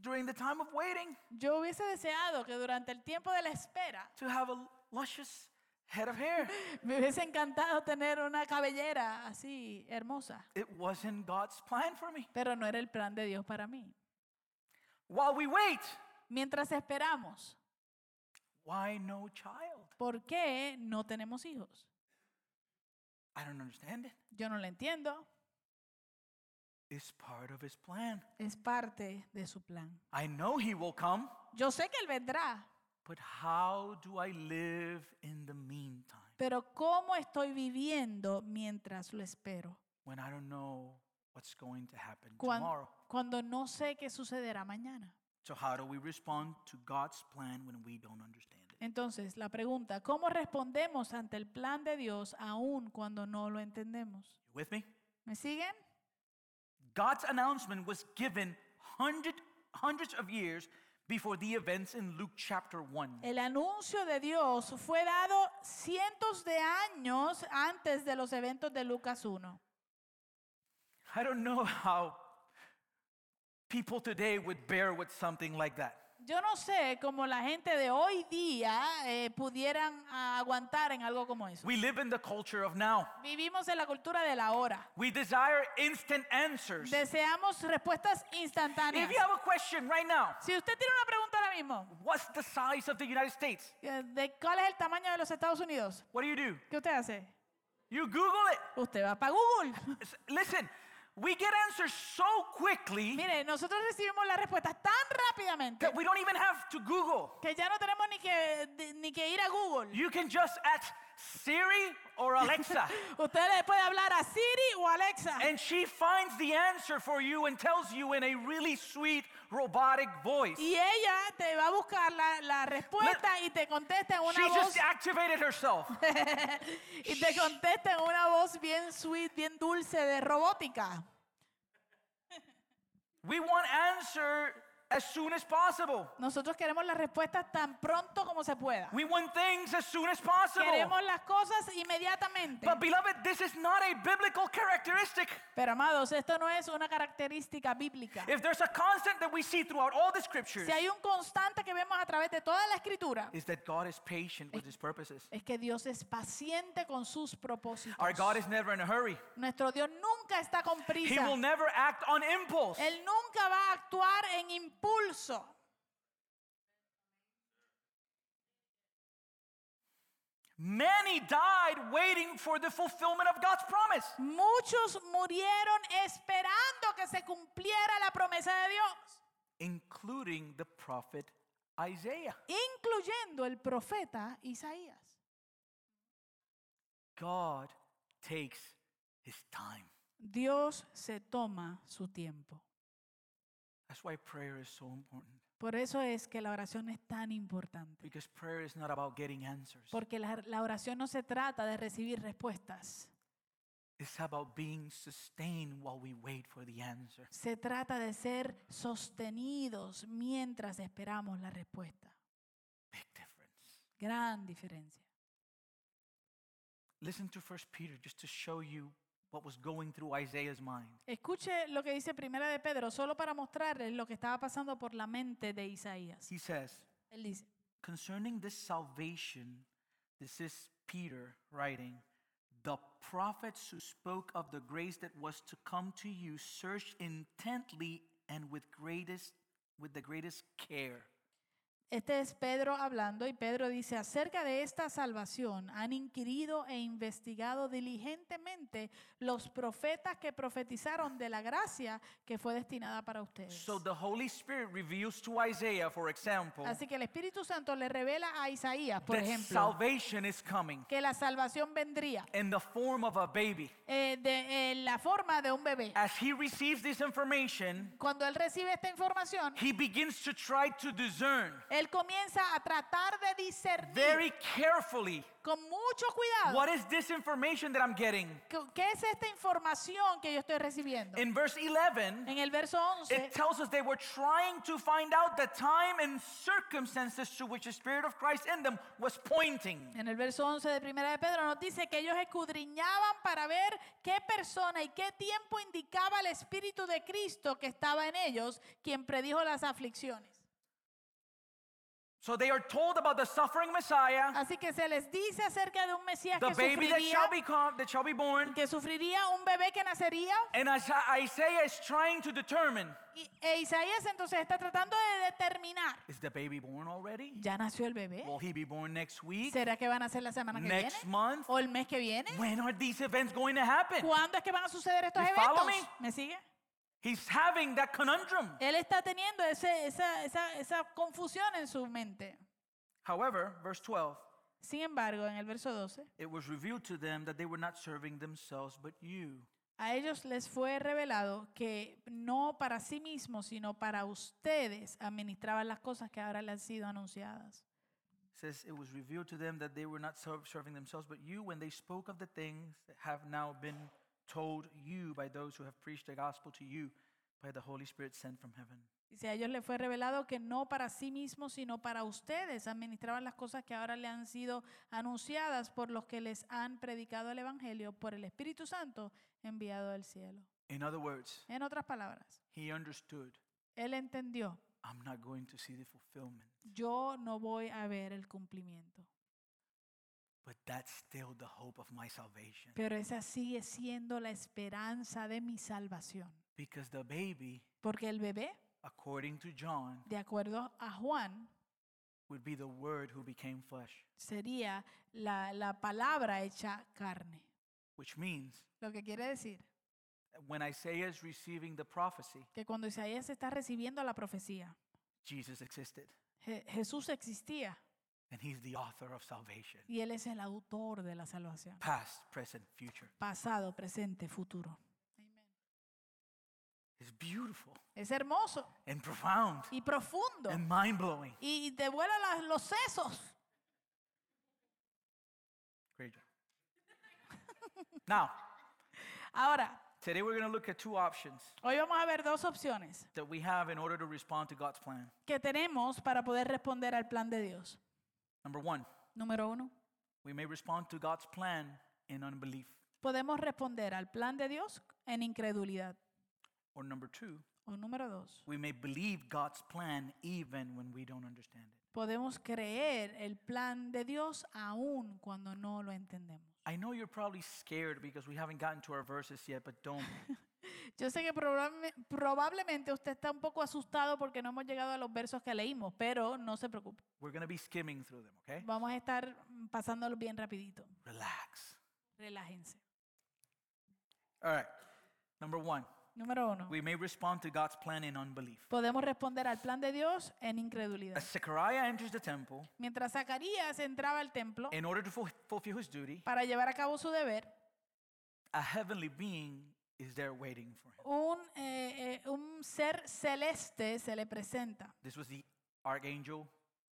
S1: during the time of waiting
S2: Yo hubiese deseado que durante el tiempo de la espera
S1: to have a luscious head of hair.
S2: me hubiese encantado tener una cabellera así hermosa,
S1: It wasn't God's plan for me.
S2: pero no era el plan de Dios para mí.
S1: While we wait,
S2: Mientras esperamos,
S1: why no child?
S2: ¿por qué no tenemos hijos?
S1: I don't understand it.
S2: Yo no lo entiendo.
S1: It's part of his plan.
S2: Es parte de su plan.
S1: I know he will come,
S2: Yo sé que él vendrá,
S1: but how do I live in the meantime
S2: pero ¿cómo estoy viviendo mientras lo espero?
S1: when I don't know what's going to happen
S2: Cuan-
S1: tomorrow?
S2: cuando no sé qué sucederá mañana.
S1: So, how do we respond to God's plan when we don't understand it?
S2: Entonces, la pregunta, ¿cómo respondemos ante el plan de Dios aún cuando no lo entendemos?
S1: You with me?
S2: ¿Me siguen?
S1: God's announcement was given hundred, hundreds of years before the events in Luke chapter 1.
S2: El anuncio de Dios fue dado cientos de años antes de los eventos de Lucas 1.
S1: I don't know how people today would bear with something like that.
S2: Yo no sé cómo la gente de hoy día eh, pudieran ah, aguantar en algo como eso.
S1: We live in the culture of now.
S2: Vivimos en la cultura de la hora.
S1: We desire instant answers.
S2: Deseamos respuestas
S1: If
S2: instantáneas.
S1: you have a question right now,
S2: Si usted tiene una pregunta ahora mismo,
S1: what's the size of the United States?
S2: eh, ¿de cuál es el tamaño de los Estados Unidos?
S1: What do you do?
S2: ¿Qué usted hace?
S1: You Google it.
S2: Usted va para Google.
S1: S- Listen, we get answers so quickly
S2: Mire, nosotros recibimos las respuestas tan rápidamente
S1: that we don't even have to Google.
S2: que ya no tenemos ni que, de- ni que ir a Google.
S1: You can just ask Siri or Alexa,
S2: Usted le puede hablar a Siri o Alexa.
S1: and she finds the answer for you and tells you in a really sweet robotic voice.
S2: Y ella te va a buscar la, la respuesta y te contesta en una
S1: She
S2: voz
S1: just activated herself.
S2: y te contesta en una voz bien sweet, bien dulce de robótica.
S1: We want answer as soon as possible.
S2: Nosotros queremos las respuestas tan pronto como se pueda.
S1: We want things as soon as possible.
S2: Queremos las cosas inmediatamente.
S1: But beloved, this is not a biblical characteristic.
S2: Pero amados, esto no es una característica bíblica.
S1: If there's a constant that we see throughout all the scriptures,
S2: Si hay un constante que vemos a través de toda la escritura,
S1: is that God is patient with his purposes.
S2: es que Dios es paciente con sus propósitos.
S1: Our God is never in a hurry.
S2: Nuestro Dios nunca está con
S1: He
S2: prisa.
S1: will never act on impulse.
S2: Él nunca va a actuar en impulso.
S1: Many died waiting for the fulfillment of God's promise.
S2: Muchos murieron esperando que se cumpliera la promesa de Dios,
S1: including the prophet Isaiah.
S2: incluyendo el profeta Isaías.
S1: God takes his time.
S2: Dios se toma su tiempo.
S1: That's why prayer is so important
S2: Por eso es que la oración es tan importante.
S1: because prayer is not about getting answers,
S2: Porque la, la oración no se trata de recibir respuestas.
S1: it's about being sustained while we wait for the answer.
S2: Se trata de ser sostenidos mientras esperamos la respuesta.
S1: Big difference.
S2: Gran diferencia.
S1: Listen to First Peter just to show you what was going through Isaiah's mind.
S2: Escuche lo que dice Primera de Pedro, solo para mostrarles lo que estaba pasando por la mente de Isaías.
S1: He says,
S2: Él dice,
S1: concerning this salvation, this is Peter writing. The prophets who spoke of the grace that was to come to you searched intently and with greatest with the greatest care.
S2: Este es Pedro hablando y Pedro dice, acerca de esta salvación han inquirido e investigado diligentemente los profetas que profetizaron de la gracia que fue destinada para ustedes.
S1: So the Holy Spirit reveals to Isaiah, for example,
S2: Así que el Espíritu Santo le revela a Isaías, por
S1: that
S2: ejemplo,
S1: salvation is coming
S2: que la salvación vendría
S1: in the form of a baby.
S2: eh, de eh, la forma de un bebé.
S1: As he receives this information,
S2: Cuando él recibe esta información,
S1: he begins to try to discern
S2: él comienza a tratar de discernir
S1: very carefully
S2: con mucho cuidado
S1: what is this information that I'm getting.
S2: ¿Qué- ¿Qué es esta información que yo estoy recibiendo?
S1: In verse 11,
S2: En el verso 11
S1: It tells us they were trying to find out the time and circumstances to which the Spirit of Christ in them was pointing.
S2: En el verso 11 de Primera de Pedro nos dice que ellos escudriñaban para ver qué persona y qué tiempo indicaba el Espíritu de Cristo que estaba en ellos, quien predijo las aflicciones.
S1: So they are told about the suffering Messiah,
S2: Así que se les dice acerca de un Mesías
S1: the
S2: que
S1: baby that
S2: sufriría,
S1: shall be come, that shall be born,
S2: que sufriría un bebé que nacería.
S1: and Isa- Isaiah is trying to determine:
S2: Y, e Isaías entonces está tratando de determinar,
S1: Is the baby born already?
S2: ¿ya nació el bebé?
S1: Will he be born next week?
S2: ¿Será que van a ser la semana que viene?
S1: Next month?
S2: ¿O el mes que viene?
S1: When are these events going to happen?
S2: ¿Cuándo es que van a suceder estos
S1: You follow
S2: eventos?
S1: me?
S2: ¿Me sigue?
S1: He's having that conundrum.
S2: Él está teniendo ese- esa, esa- esa confusión en su mente.
S1: However, verse 12,
S2: Sin embargo, en el verso 12,
S1: it was revealed to them that they were not serving themselves but you.
S2: a ellos les fue revelado que no para sí mismos, sino para ustedes administraban las cosas que ahora le han sido anunciadas.
S1: says it was revealed to them that they were not ser- serving themselves but you when they spoke of the things that have now been told you by those who have preached the gospel to you by the holy spirit sent from heaven
S2: Dice, a ellos les fue revelado que no para sí mismos, sino para ustedes administraban las cosas que ahora le han sido anunciadas por los que les han predicado el Evangelio por el Espíritu Santo enviado del cielo.
S1: in other words
S2: En otras palabras,
S1: he understood
S2: él entendió
S1: i'm not going to see the fulfillment
S2: yo no voy a ver el cumplimiento.
S1: but that's still the hope of my salvation
S2: Pero esa sigue siendo la esperanza de mi salvación.
S1: because the baby
S2: Porque el bebé,
S1: according to john
S2: de acuerdo a Juan,
S1: would be the word who became flesh
S2: sería la, la palabra hecha carne.
S1: which means
S2: Lo que quiere decir
S1: that when isaiah is receiving the prophecy
S2: que cuando Isaías está recibiendo la profecía,
S1: jesus existed
S2: Je- Jesús existía
S1: and he's the author of salvation
S2: y Él es el autor de la salvación.
S1: past present future
S2: Pasado, presente, futuro.
S1: It's beautiful
S2: Es hermoso
S1: and profound
S2: y profundo
S1: and mind blowing.
S2: y te vuela las- los sesos.
S1: Great job. now,
S2: Ahora,
S1: today we're going to look at two options
S2: hoy vamos a ver dos opciones.
S1: that we have in order to respond to God's plan.
S2: que tenemos para poder responder al plan de Dios.
S1: Number one,
S2: Número uno,
S1: we may respond to God's plan in unbelief.
S2: podemos responder al plan de Dios en incredulidad.
S1: Or number two,
S2: O número dos,
S1: we may believe God's plan even when we don't understand it.
S2: podemos creer el plan de Dios aún cuando no lo entendemos.
S1: I know you're probably scared because we haven't gotten to our verses yet, but don't. be.
S2: Yo sé que probable- probablemente usted está un poco asustado porque no hemos llegado a los versos que leímos, pero no se preocupe.
S1: we're going to be skimming through them, okay?
S2: Vamos a estar mm, pasándolos bien rapidito.
S1: Relax.
S2: Relájense.
S1: All right. Number one,
S2: Número uno,
S1: we may respond to God's plan in unbelief.
S2: podemos responder al plan de Dios en incredulidad.
S1: As Zechariah enters the temple,
S2: Mientras Zacarías entraba al templo,
S1: in order to ful- fulfill his duty,
S2: para llevar a cabo su deber,
S1: a heavenly being is there waiting for him.
S2: un, eh, eh, un ser celeste se le presenta.
S1: This was the archangel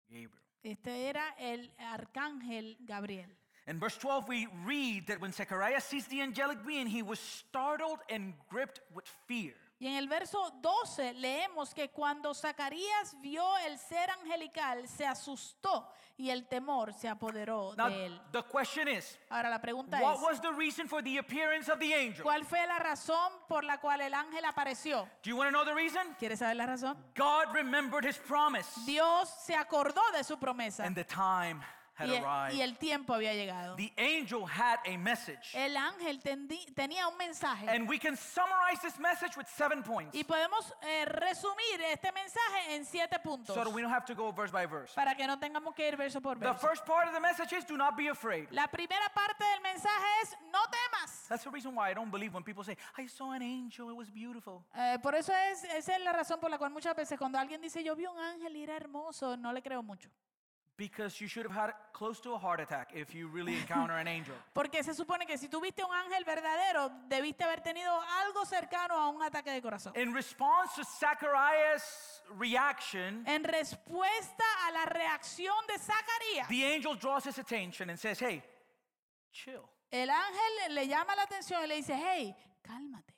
S1: Gabriel.
S2: Este era el arcángel Gabriel.
S1: In verse 12, we read that when Zechariah sees the angelic being, he was startled and gripped with fear.
S2: Y en el verso 12 leemos que cuando Zacarías vio el ser angelical, se asustó y el temor se apoderó
S1: Now,
S2: de él.
S1: the question is
S2: Ahora la pregunta
S1: what
S2: es,
S1: was the reason for the appearance of the angel?
S2: ¿cuál fue la razón por la cual el ángel apareció?
S1: Do you want to know the reason?
S2: ¿Quieres saber la razón?
S1: God remembered his promise
S2: Dios se acordó de su promesa
S1: and the time had
S2: y el,
S1: arrived.
S2: y el Eh. tiempo había llegado.
S1: The angel had a message.
S2: El ángel tendi- tenía un mensaje.
S1: And we can summarize this message with seven points
S2: Y podemos eh, resumir este mensaje en siete puntos
S1: so that we don't have to go verse by verse.
S2: para que no tengamos que ir verso por
S1: The
S2: verso.
S1: first part of the message is do not be afraid.
S2: La primera parte del mensaje es no temas.
S1: That's the reason why I don't believe when people say, I saw an angel, it was beautiful.
S2: Eh, por eso es, esa es la razón por la cual muchas veces cuando alguien dice yo vi un ángel y era hermoso, no le creo mucho.
S1: Because you should have had close to a heart attack if you really encounter an angel.
S2: Porque se supone que si tuviste un ángel verdadero, debiste haber tenido algo cercano a un ataque de corazón.
S1: In response to Zacharias' reaction,
S2: En respuesta a la reacción de Zacarías,
S1: the angel draws his attention and says, Hey, chill.
S2: el ángel le llama la atención y le dice, hey, cálmate,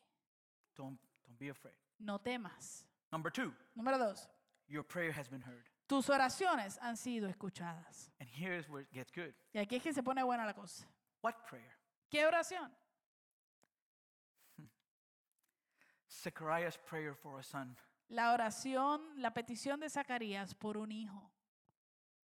S1: Don't, don't be afraid.
S2: no temas.
S1: Number two,
S2: Número dos,
S1: your prayer has been heard.
S2: tus oraciones han sido escuchadas.
S1: And here's where it gets good.
S2: Y aquí es que se pone buena la cosa.
S1: What prayer?
S2: ¿Qué oración?
S1: Zechariah's prayer for a son.
S2: La oración, la petición de Zacarías por un hijo.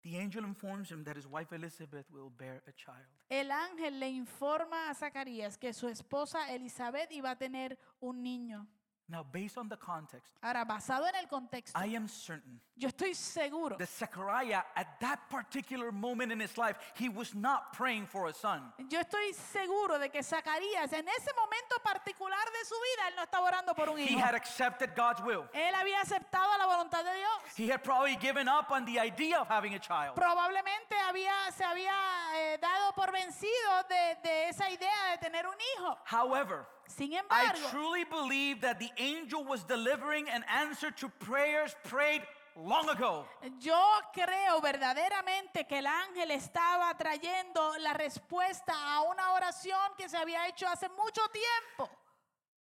S1: The angel informs him that his wife Elizabeth will bear a child.
S2: El ángel le informa a Zacarías que su esposa Elizabeth iba a tener un niño.
S1: Now, based on the context,
S2: Ahora, basado en el contexto,
S1: I am certain
S2: yo estoy seguro.
S1: that Zechariah, at that particular moment in his life, he was not praying for a son.
S2: Yo estoy seguro de que Zacarías, en ese momento particular de su vida, él no estaba orando por un
S1: He
S2: hijo.
S1: had accepted God's will.
S2: Él había aceptado la voluntad de Dios.
S1: He had probably given up on the idea of having a child.
S2: Probablemente había, se había eh, dado por vencido de, de esa idea de tener un hijo.
S1: However,
S2: Sin
S1: I
S2: embargo,
S1: truly believe that the angel was delivering an answer to prayers prayed long ago.
S2: yo creo verdaderamente que el ángel estaba trayendo la respuesta a una oración que se había hecho hace mucho tiempo.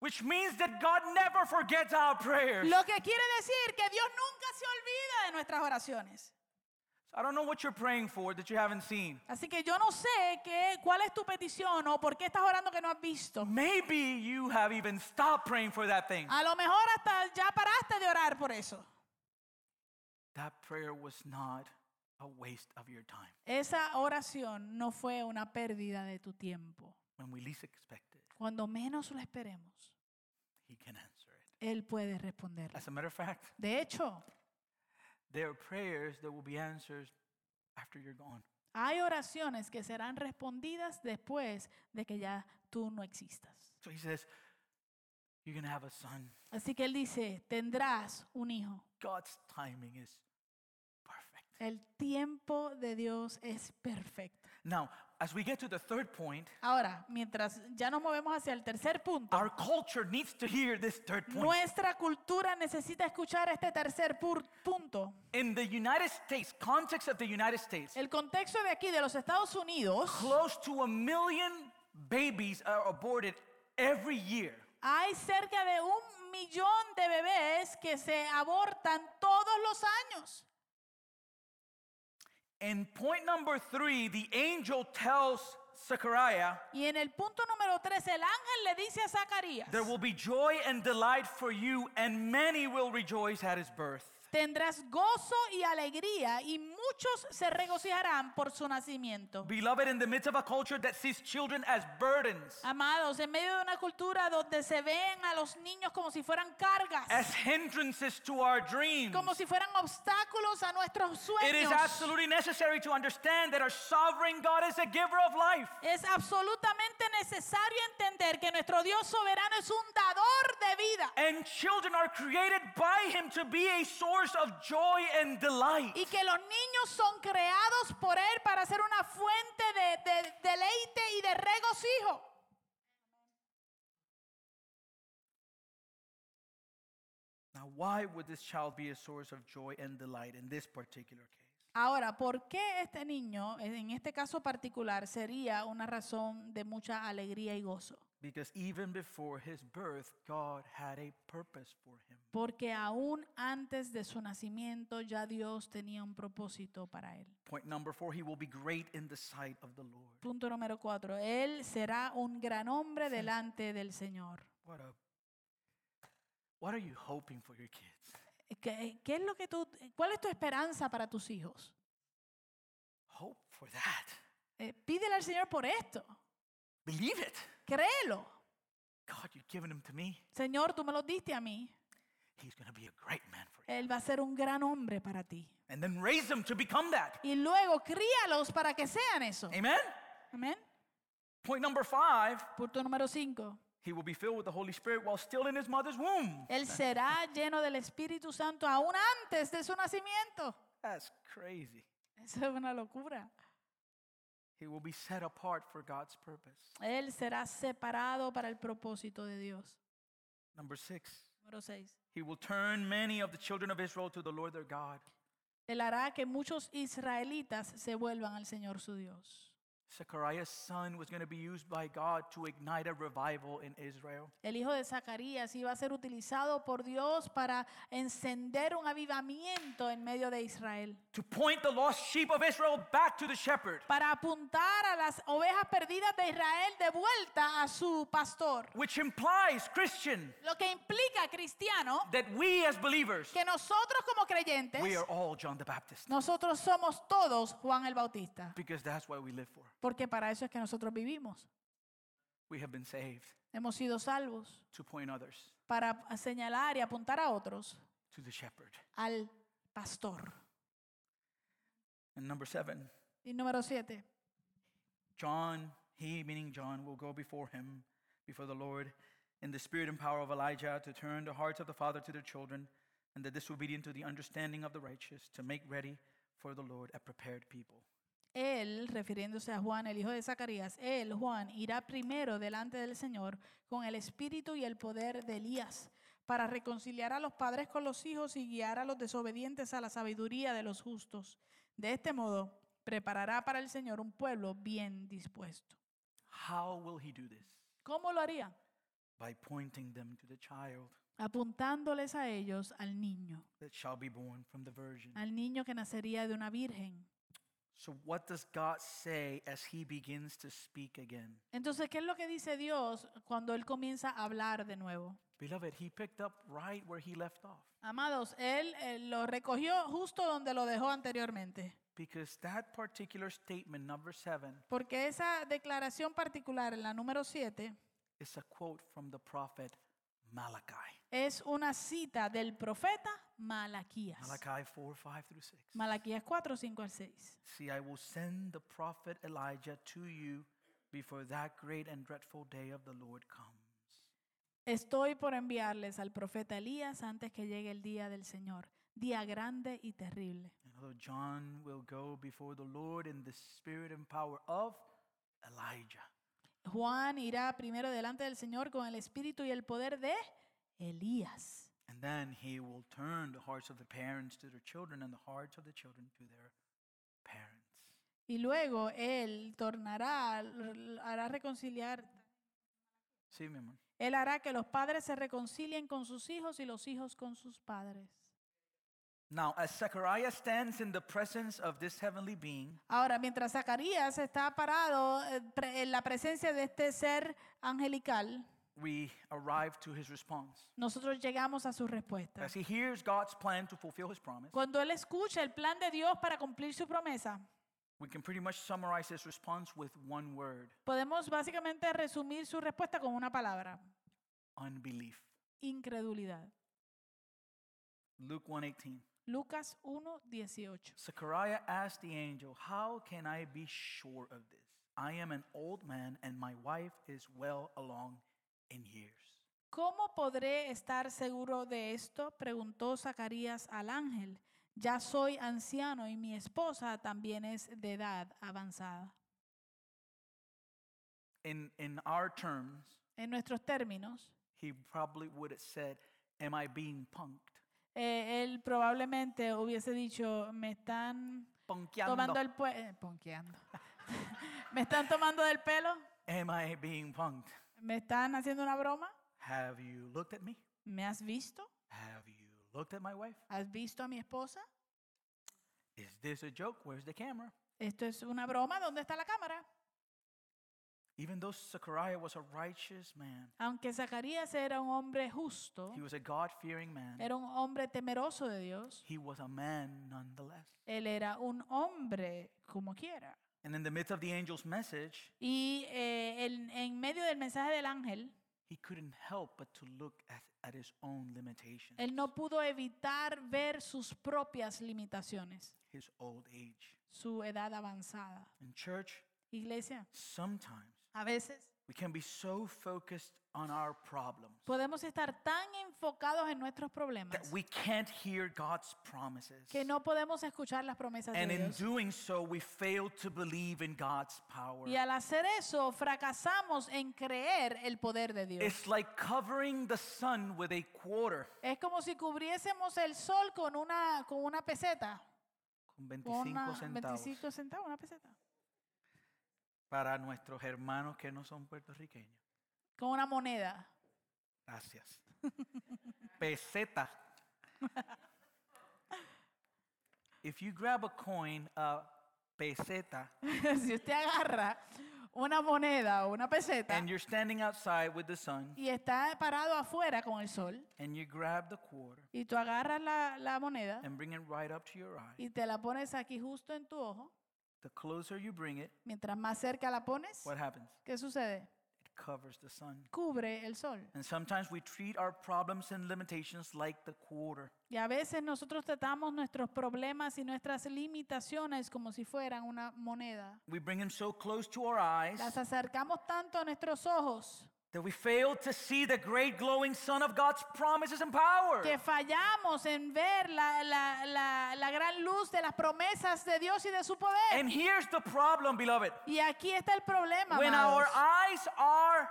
S1: Which means that God never forgets our prayers.
S2: Lo que quiere decir que Dios nunca se olvida de nuestras oraciones.
S1: I don't know what you're praying for that you haven't seen.
S2: Así que yo no sé qué, cuál es tu petición o por qué estás orando que no has visto.
S1: Maybe you have even stopped praying for that thing.
S2: A lo mejor hasta ya paraste de orar por eso.
S1: That prayer was not a waste of your time
S2: Esa oración no fue una pérdida de tu tiempo.
S1: when we least expect it.
S2: Cuando menos lo esperemos,
S1: He can answer it.
S2: Él puede responder.
S1: As a matter of fact,
S2: De hecho,
S1: there are prayers that will be answered after you're gone.
S2: hay oraciones que serán respondidas después de que ya tú no existas.
S1: So he says, You're going to have a son.
S2: Así que Él dice, tendrás un hijo.
S1: God's timing is perfect.
S2: El tiempo de Dios es perfecto.
S1: Now, as we get to the third point,
S2: Ahora, mientras ya nos movemos hacia el tercer punto,
S1: our culture needs to hear this third point.
S2: Nuestra cultura necesita escuchar este tercer pur- punto.
S1: In the United States, context of the United States,
S2: El contexto de aquí, de los Estados Unidos,
S1: close to a million babies are aborted every year.
S2: hay cerca de un millón de bebés que se abortan todos los años.
S1: And point number three, the angel tells Zechariah,
S2: Y en el punto número 3, el ángel le dice a Zacarías,
S1: There will be joy and delight for you, and many will rejoice at his birth.
S2: tendrás gozo y alegría y muchos se regocijarán por su nacimiento.
S1: Beloved, in the midst of a culture that sees children as
S2: Ah.
S1: burdens,
S2: Amados, en medio de una cultura donde se ven a los niños como si fueran cargas.
S1: as hindrances to our dreams,
S2: como si fueran obstáculos a nuestros
S1: it is
S2: sueños.
S1: absolutely necessary to understand that our sovereign God is a giver of life.
S2: Es absolutamente necesario entender que nuestro Dios soberano es un dador de vida
S1: And children are created by him to be a source of joy and delight.
S2: y que los niños son creados por Él para ser una fuente de, de deleite y de regocijo.
S1: Now, why would this child be a source of joy and delight in this particular case?
S2: Ahora, ¿por qué este niño, en este caso particular, sería una razón de mucha alegría y gozo?
S1: Because even before his birth, God had a purpose for him.
S2: Porque aún antes de su nacimiento ya Dios tenía un propósito para él.
S1: Point number four, he will be great in the sight of the Lord.
S2: Punto número cuatro. Él será un gran hombre delante del Señor.
S1: What a what are you hoping for your kids?
S2: ¿Qué, qué es lo que tú, cuál es tu esperanza para tus hijos?
S1: hope for that.
S2: Eh, pídele al Señor por esto.
S1: Believe it.
S2: Créelo.
S1: God, you've given him to me.
S2: Señor, tú me lo diste a mí.
S1: He's going to be a great man for you.
S2: Él va a ser un gran hombre para ti.
S1: And then raise them to become that.
S2: Y luego críalos para que sean eso.
S1: Amen?
S2: Amén.
S1: Point number five
S2: Punto número 5.
S1: he will be filled with the Holy Spirit while still in his mother's womb.
S2: Él será lleno del Espíritu Santo aún antes de su nacimiento.
S1: That's crazy.
S2: Eso es una locura.
S1: He will be set apart for God's purpose.
S2: Él será separado para el propósito de Dios.
S1: Number six,
S2: Número 6.
S1: He will turn many of the children of Israel to the Lord their God.
S2: Él hará que muchos israelitas se vuelvan al Señor su Dios.
S1: Zechariah's son was going to be used by God to ignite a revival in Israel.
S2: El hijo de Zacarías iba a ser utilizado por Dios para encender un avivamiento en medio de Israel,
S1: To point the lost sheep of Israel back to the shepherd,
S2: para apuntar a las ovejas perdidas de Israel de vuelta a su pastor.
S1: which implies, Christian,
S2: Lo que implica, cristiano,
S1: that we as believers,
S2: que nosotros como creyentes,
S1: we are all John the Baptist
S2: nosotros somos todos Juan el Bautista,
S1: because that's what we live for.
S2: porque para eso es que nosotros vivimos.
S1: We have been saved
S2: Hemos sido salvos
S1: to point others
S2: para señalar y apuntar a otros
S1: to the shepherd.
S2: al pastor.
S1: And number seven,
S2: Y número siete.
S1: John, he, meaning John, will go before him, before the Lord, in the spirit and power of Elijah, to turn the hearts of the father to their children, and the disobedient to the understanding of the righteous, to make ready for the Lord a prepared people.
S2: Él, refiriéndose a Juan, el hijo de Zacarías, él, Juan, irá primero delante del Señor con el espíritu y el poder de Elías para reconciliar a los padres con los hijos y guiar a los desobedientes a la sabiduría de los justos. De este modo, preparará para el Señor un pueblo bien dispuesto.
S1: How will he do this?
S2: ¿Cómo lo haría?
S1: By pointing them to the child
S2: Apuntándoles a ellos al niño,
S1: that shall be born from the virgin.
S2: al niño que nacería de una virgen.
S1: So, what does God say as he begins to speak again?
S2: Entonces, ¿qué es lo que dice Dios cuando Él comienza a hablar de nuevo?
S1: Beloved, he picked up right where he left off
S2: Amados, él eh, lo recogió justo donde lo dejó anteriormente.
S1: because that particular statement, number seven,
S2: Porque esa declaración particular en la número 7
S1: It's a quote from the prophet Malachi.
S2: es una cita del profeta Malaquías.
S1: Malachi 4, 5 through 6.
S2: Malaquías 4, 5 al 6.
S1: See, I will send the prophet Elijah to you before that great and dreadful day of the Lord comes.
S2: Estoy por enviarles al profeta Elías antes que llegue el día del Señor, día grande y terrible.
S1: And although John will go before the Lord in the spirit and power of Elijah.
S2: Juan irá primero delante del Señor con el espíritu y el poder de Elías.
S1: And then he will turn the hearts of the parents to their children and the hearts of the children to their parents.
S2: Y luego él tornará, hará reconciliar
S1: See, mi amor.
S2: Él hará que los padres se reconcilien con sus hijos y los hijos con sus padres.
S1: Now, as Zechariah stands in the presence of this heavenly being,
S2: Ahora, mientras Zacarías está parado eh, pre- en la presencia de este ser angelical,
S1: we arrive to his response.
S2: nosotros llegamos a su respuesta.
S1: As he hears God's plan to fulfill his promise,
S2: Cuando él escucha el plan de Dios para cumplir su promesa,
S1: we can pretty much summarize his response with one word
S2: podemos básicamente resumir su respuesta con una palabra,
S1: unbelief.
S2: incredulidad.
S1: Luke 1:18.
S2: Lucas 1:18.
S1: Zechariah asked the angel, "How can I be sure of this? I am an old man and my wife is well along in years."
S2: ¿Cómo podré estar seguro de esto? preguntó Zacarías al ángel. Ya soy anciano y mi esposa también es de edad avanzada.
S1: In in our terms,
S2: En nuestros términos,
S1: he probably would have said, "Am I being punked?"
S2: eh, él probablemente hubiese dicho, me están tomando
S1: Punkeando.
S2: el pue- eh, ponqueando. me están tomando del pelo,
S1: Am I being punked?
S2: me están haciendo una broma,
S1: Have you looked at me?
S2: me has visto,
S1: Have you looked at my wife?
S2: has visto a mi esposa,
S1: Is this a joke? Where's the camera?
S2: esto es una broma, ¿dónde está la cámara?
S1: Even though Zechariah was a righteous man,
S2: Aunque Zacarías era un hombre justo,
S1: he was a God fearing man,
S2: era un hombre temeroso de Dios,
S1: he was a man nonetheless.
S2: él era un hombre como quiera.
S1: And in the midst of the angel's message,
S2: Y eh, en, en medio del mensaje del ángel,
S1: he couldn't help but to look at, at his own limitations,
S2: él no pudo evitar ver sus propias limitaciones,
S1: his old age.
S2: su edad avanzada.
S1: In church,
S2: Iglesia,
S1: sometimes
S2: a veces
S1: we can be so focused on our problems
S2: podemos estar tan enfocados en nuestros
S1: that
S2: problemas
S1: we can't hear God's promises.
S2: que no podemos escuchar las promesas de
S1: And in
S2: Dios.
S1: doing so, we fail to believe in God's power.
S2: Y al hacer eso, fracasamos en creer el poder de Dios.
S1: It's like covering the sun with a quarter.
S2: Es como si cubriésemos el sol con una, con una peseta.
S1: Con
S2: Con
S1: 25
S2: una-
S1: centavos.
S2: 25 centavos, una peseta.
S1: Para nuestros hermanos que no son puertorriqueños.
S2: Con una moneda.
S1: Gracias. Peseta. if you grab a coin, a peseta,
S2: si usted agarra una moneda o una peseta
S1: and you're standing outside with the sun,
S2: y está parado afuera con el sol,
S1: and you grab the quarter
S2: y tú agarras la, la moneda
S1: and bring it right up to your eye,
S2: y te la pones aquí justo en tu ojo,
S1: the closer you bring it,
S2: mientras más cerca la pones,
S1: what happens?
S2: ¿qué sucede?
S1: It covers the sun.
S2: Cubre el sol.
S1: And sometimes we treat our problems and limitations like the quarter.
S2: Y a veces nosotros tratamos nuestros problemas y nuestras limitaciones como si fueran una moneda.
S1: We bring them so close to our eyes
S2: Las acercamos tanto a nuestros ojos
S1: that we fail to see the great glowing sun of God's promises and power.
S2: que fallamos en ver la, la- la- la gran luz de las promesas de Dios y de su poder.
S1: And here's the problem, beloved.
S2: Y aquí está el problema.
S1: When our
S2: amados.
S1: eyes are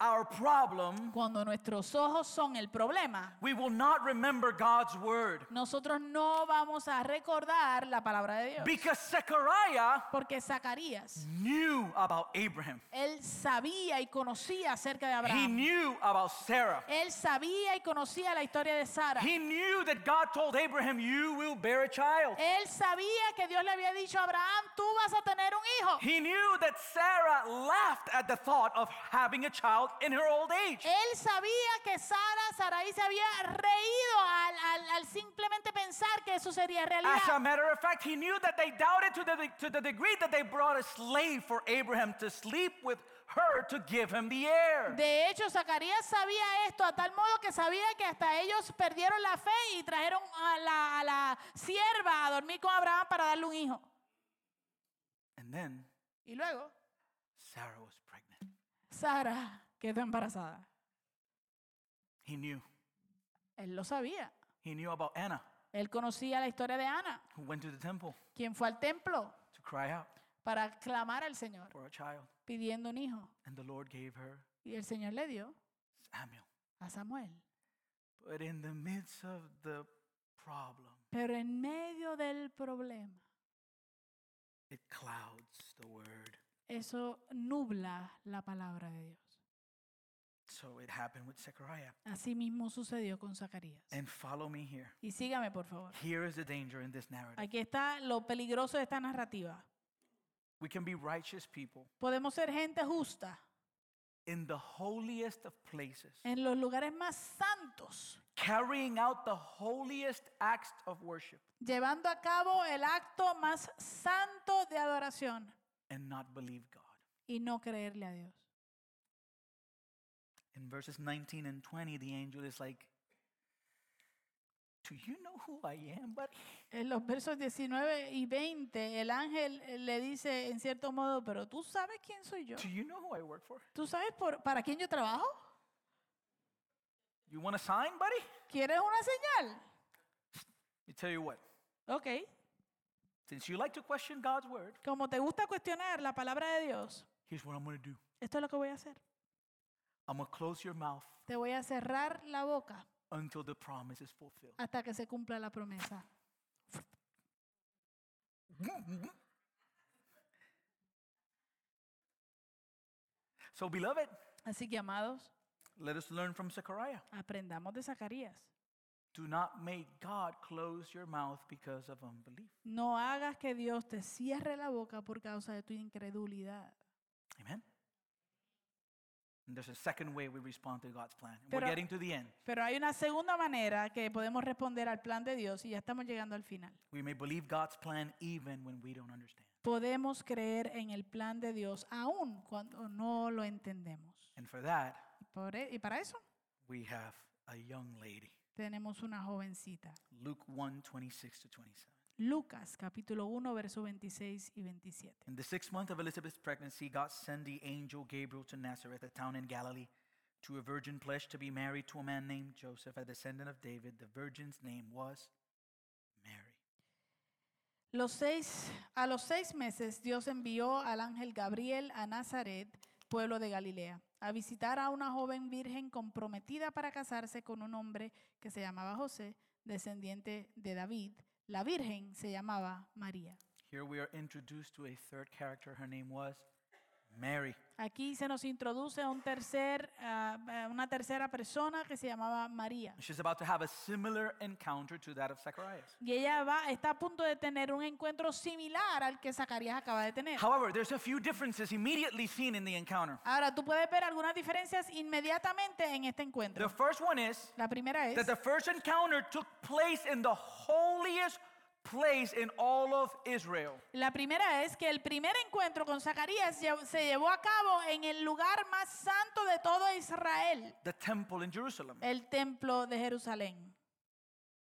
S1: our problem,
S2: Cuando nuestros ojos son el problema,
S1: we will not remember God's word.
S2: nosotros no vamos a recordar la palabra de Dios.
S1: Because Zechariah
S2: Porque Zacarías,
S1: knew about Abraham.
S2: él sabía y conocía acerca de
S1: He
S2: Abraham.
S1: knew about Sarah.
S2: Él sabía y conocía la historia de Sara.
S1: He knew that God told Abraham, You will bear a child.
S2: Él sabía que Dios le había dicho a Abraham, tú vas a tener un hijo.
S1: He knew that Sarah laughed at the thought of having a child in her old age.
S2: Él sabía que Sara, Saraí se había reído al, al- al simplemente pensar que eso sería
S1: As a
S2: realidad.
S1: matter of fact, he knew that they doubted to the, to the degree that they brought a slave for Abraham to sleep with her to give him the heir.
S2: De hecho, Zacarías sabía esto a tal modo que sabía que hasta ellos perdieron la fe y trajeron a la, a la sierva a dormir con Abraham para darle un hijo.
S1: And then
S2: Y luego,
S1: Sarah was pregnant.
S2: Sara quedó embarazada.
S1: He knew.
S2: Él lo sabía.
S1: He knew about Anna,
S2: Él conocía la historia de Ana,
S1: who went to the temple
S2: quien fue al templo
S1: to cry out
S2: para clamar al Señor
S1: for a child.
S2: pidiendo un hijo.
S1: And the Lord gave her
S2: Y el Señor le dio
S1: Samuel.
S2: a Samuel.
S1: But in the midst of the problem,
S2: Pero en medio del problema,
S1: it clouds the word.
S2: eso nubla la palabra de Dios.
S1: So it happened with Zechariah.
S2: Así mismo sucedió con Zacarías.
S1: And follow me here.
S2: Y sígame, por favor.
S1: Here is the danger in this narrative.
S2: Aquí está lo peligroso de esta narrativa.
S1: We can be righteous people
S2: Podemos ser gente justa
S1: in the holiest of places,
S2: en los lugares más santos,
S1: carrying out the holiest acts of worship,
S2: llevando a cabo el acto más santo de adoración
S1: and not believe God.
S2: y no creerle a Dios.
S1: In verses 19 and 20, the angel is like, Do you know who I am, buddy?
S2: En los versos 19 y 20, el ángel eh, le dice, en cierto modo, pero tú sabes quién soy yo.
S1: Do you know who I work for?
S2: ¿Tú sabes por, para quién yo trabajo?
S1: You want a sign, buddy?
S2: ¿Quieres una señal?
S1: Let me tell you what.
S2: Ok.
S1: Since you like to question God's word,
S2: Como te gusta cuestionar la palabra de Dios,
S1: here's what I'm going to do
S2: esto es lo que voy a hacer.
S1: I'm going to close your mouth
S2: Te voy a cerrar la boca
S1: until the promise is fulfilled.
S2: hasta que se cumpla la promesa.
S1: So, beloved,
S2: Así que, amados,
S1: let us learn from Zechariah.
S2: aprendamos de Zacarías.
S1: Do not make God close your mouth because of unbelief.
S2: No hagas que Dios te cierre la boca por causa de tu incredulidad.
S1: Amen. And there's a second way we respond to God's plan. We're
S2: Pero-
S1: getting to the end.
S2: Pero hay una segunda manera que podemos responder al plan de Dios y ya estamos llegando al final.
S1: We may believe God's plan even when we don't understand.
S2: Podemos creer en el plan de Dios aún cuando no lo entendemos.
S1: And for that,
S2: Y, por e- y para eso
S1: we have a young lady.
S2: tenemos una jovencita.
S1: Luke 1 26 to 27.
S2: Lucas capítulo 1, versos 26 y 27.
S1: In the sixth month of Elizabeth's pregnancy, God sent the angel Gabriel to Nazareth, a town in Galilee, to a virgin pledged to be married to a man named Joseph, a descendant of David. The virgin's name was Mary.
S2: Los seis, a los seis meses Dios envió al ángel Gabriel a Nazaret, pueblo de Galilea, a visitar a una joven virgen comprometida para casarse con un hombre que se llamaba José, descendiente de David. La virgen se llamaba María.
S1: Here we are introduced to a third character. Her name was Mary.
S2: Aquí se nos introduce a un tercer, ah, ah, una tercera persona que se llamaba María.
S1: She's about to have a similar encounter to that of Zacharias.
S2: Y ella va, está a punto de tener un encuentro similar al que Zacarías acaba de tener.
S1: However, there's a few differences immediately seen in the encounter.
S2: Ahora, tú puedes ver algunas diferencias inmediatamente en este encuentro.
S1: The first one is
S2: La primera es
S1: that the first encounter took place in the holiest place in all of Israel.
S2: la primera es que el primer encuentro con Zacarías lle- se llevó a cabo en el lugar más santo de todo Israel,
S1: the temple in Jerusalem.
S2: el templo de Jerusalén.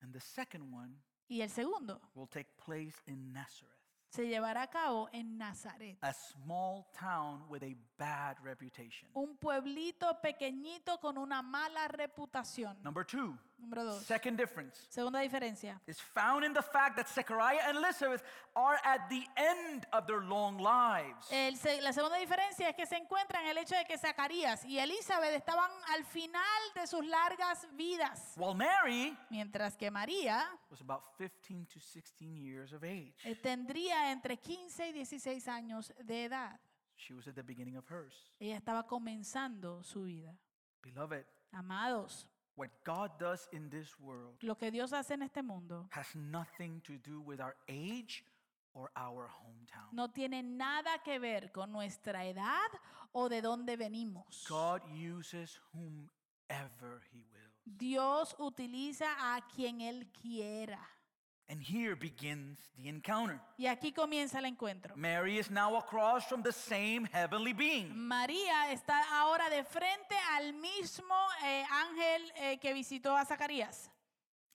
S1: And the second one
S2: Y el segundo
S1: will take place in Nazareth,
S2: se llevará a cabo en Nazaret,
S1: a small town with a bad reputation.
S2: un pueblito pequeñito con una mala reputación.
S1: Number two,
S2: Número dos.
S1: second difference
S2: Segunda diferencia.
S1: is found in the fact that Zechariah and Elizabeth are at the end of their long lives.
S2: El se- la segunda diferencia es que se encuentra en el hecho de que Zacarías y Elizabeth estaban al final de sus largas vidas,
S1: While Mary
S2: mientras que María
S1: was about 15 to 16 years of age.
S2: eh, tendría entre 15 y 16 años de edad.
S1: She was at the beginning of hers.
S2: Ella estaba comenzando su vida.
S1: Beloved,
S2: Amados,
S1: what God does in this world
S2: lo que Dios hace en este mundo
S1: has nothing to do with our age or our hometown.
S2: no tiene nada que ver con nuestra edad o de dónde venimos.
S1: God uses whomever He will.
S2: Dios utiliza a quien Él quiera.
S1: And here begins the encounter.
S2: Y aquí comienza el encuentro.
S1: Mary is now across from the same heavenly being.
S2: María está ahora de frente al mismo eh, ángel eh, que visitó a Zacarías.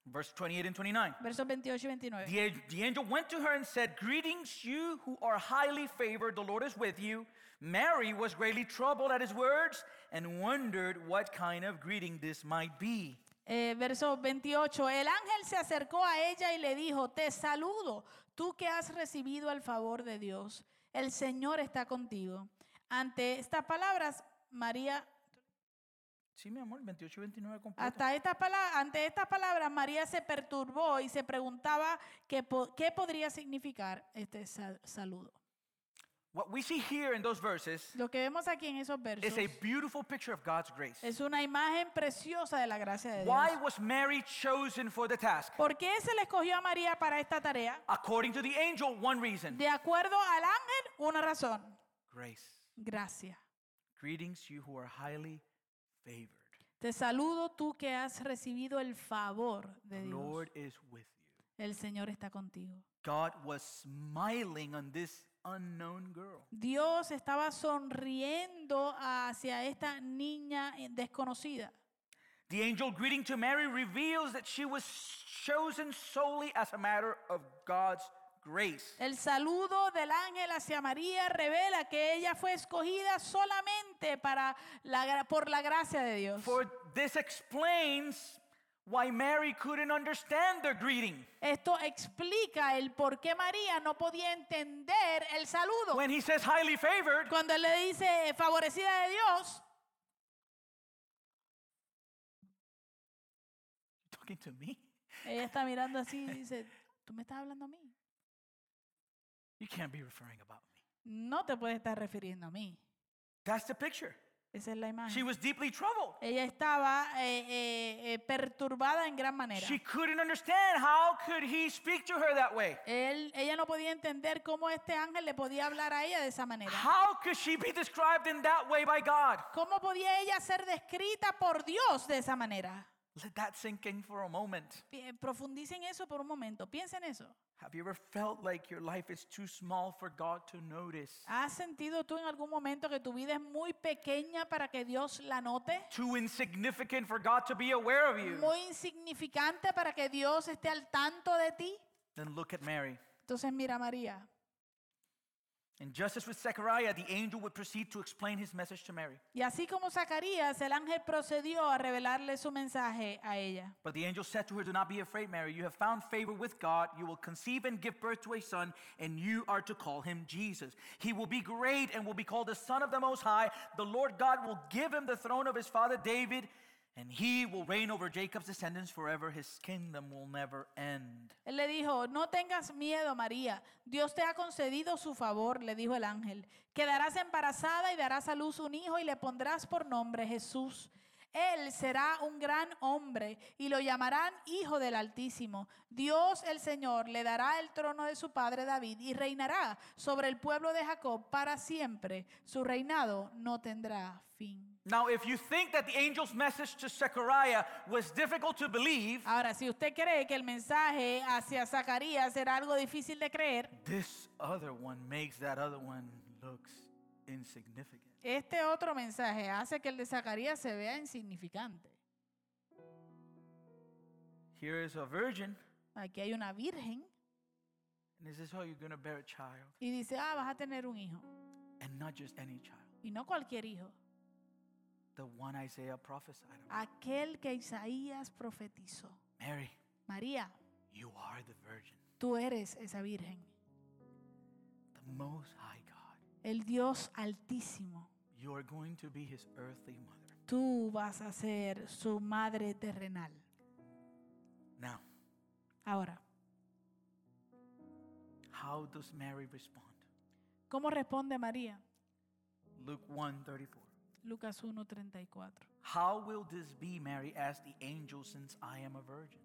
S1: Verse 28 and 29.
S2: Versos 28 y 29.
S1: Uh, The, an- the angel went to her and said, Greetings, you who are highly favored, the Lord is with you. Mary was greatly troubled at his words and wondered what kind of greeting this might be.
S2: Eh, verso 28, el ángel se acercó a ella y le dijo, te saludo, tú que has recibido el favor de Dios, el Señor está contigo. Ante estas palabras, María,
S1: Sí, mi amor, 28 y 29 completo.
S2: hasta estas pala- ante estas palabras, María se perturbó y se preguntaba qué, po- qué podría significar este sal- saludo.
S1: What we see here in those verses
S2: Lo que vemos aquí en esos versos
S1: is a beautiful picture of God's grace.
S2: es una imagen preciosa de la gracia de Dios.
S1: Why was Mary chosen for the task?
S2: ¿Por qué se le escogió a María para esta tarea?
S1: According to the angel, one reason
S2: De acuerdo al ángel, una razón.
S1: grace.
S2: Gracia.
S1: Greetings, you who are highly favored.
S2: Te saludo tú que has recibido el favor de
S1: The
S2: Dios.
S1: Lord is with you.
S2: El Señor está contigo.
S1: God was smiling on this unknown girl.
S2: Dios estaba sonriendo hacia esta niña eh, desconocida.
S1: The angel greeting to Mary reveals that she was chosen solely as a matter of God's grace.
S2: El saludo del ángel hacia María revela que ella fue escogida solamente para la, gra- por la gracia de Dios.
S1: For this explains why Mary couldn't understand the greeting.
S2: Esto explica el por qué María no podía entender el saludo.
S1: When he says highly favored,
S2: Cuando él le dice favorecida de Dios,
S1: talking to me?
S2: ella está mirando así y dice, tú me estás hablando a mí.
S1: You can't be referring about me.
S2: No te puedes estar refiriendo a mí.
S1: That's the picture.
S2: Esa es la
S1: She
S2: imagen.
S1: was deeply troubled.
S2: Ella estaba eh, eh, eh, perturbada en gran manera.
S1: She couldn't understand how could he speak to her that way?
S2: Él- ella no podía entender cómo este ángel le podía hablar a ella de esa manera.
S1: How could she be described in that way by God?
S2: ¿Cómo podía ella ser descrita por Dios de esa manera?
S1: Let that sink in for a moment.
S2: Pi- Profundicen eso por un momento, piensen eso.
S1: Have you ever felt like your life is too small for God to notice?
S2: ¿Has sentido tú en algún momento que tu vida es muy pequeña para que Dios la note?
S1: Too insignificant for God to be aware of you?
S2: ¿Muy insignificante para que Dios esté al tanto de ti?
S1: Then look at Mary.
S2: Entonces mira a María.
S1: And just as with Zechariah, the angel would proceed to explain his message to Mary.
S2: Y así como Zacarías, el ángel procedió a revelarle su mensaje a ella.
S1: But the angel said to her, Do not be afraid, Mary. You have found favor with God. You will conceive and give birth to a son, and you are to call him Jesus. He will be great and will be called the Son of the Most High. The Lord God will give him the throne of his father David, and he will reign over Jacob's descendants forever. His kingdom will never end.
S2: Él le dijo, no tengas miedo, María. Dios te ha concedido su favor, le dijo el ángel. Quedarás embarazada y darás a luz un hijo y le pondrás por nombre Jesús. Él será un gran hombre y lo llamarán Hijo del Altísimo. Dios el Señor le dará el trono de su padre David y reinará sobre el pueblo de Jacob para siempre. Su reinado no tendrá fin.
S1: Now, if you think that the angel's message to Zechariah was difficult to believe,
S2: Ahora, si usted cree que el mensaje hacia Zacarías era algo difícil de creer,
S1: this other one makes that other one looks insignificant.
S2: Este otro mensaje hace que el de Zacarías se vea insignificante.
S1: Here is a virgin,
S2: Aquí hay una virgen
S1: and is this how you're going to bear a child?
S2: y dice, ah, vas a tener un hijo.
S1: and not just any child,
S2: Y no cualquier hijo,
S1: the one Isaiah prophesied about.
S2: aquel que Isaías profetizó.
S1: Mary,
S2: María,
S1: you are the virgin,
S2: tú eres esa virgen,
S1: the most high God.
S2: el Dios altísimo.
S1: You are going to be his earthly mother.
S2: Tú vas a ser su madre terrenal.
S1: Now,
S2: Ahora,
S1: how does Mary respond?
S2: ¿cómo responde María?
S1: Luke 1:34.
S2: Lucas 1:34.
S1: How will this be, Mary, asked the angel, since I am a virgin?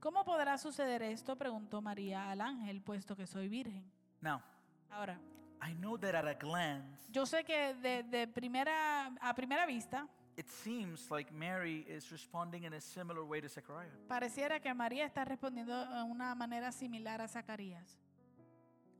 S2: ¿Cómo podrá suceder esto? preguntó María al ángel, puesto que soy virgen.
S1: Now,
S2: Ahora,
S1: I know that at a glance,
S2: Yo sé que de, de primera, a primera vista
S1: it seems like Mary is responding in a similar way to Zechariah.
S2: pareciera que María está respondiendo de una manera similar a Zacarías.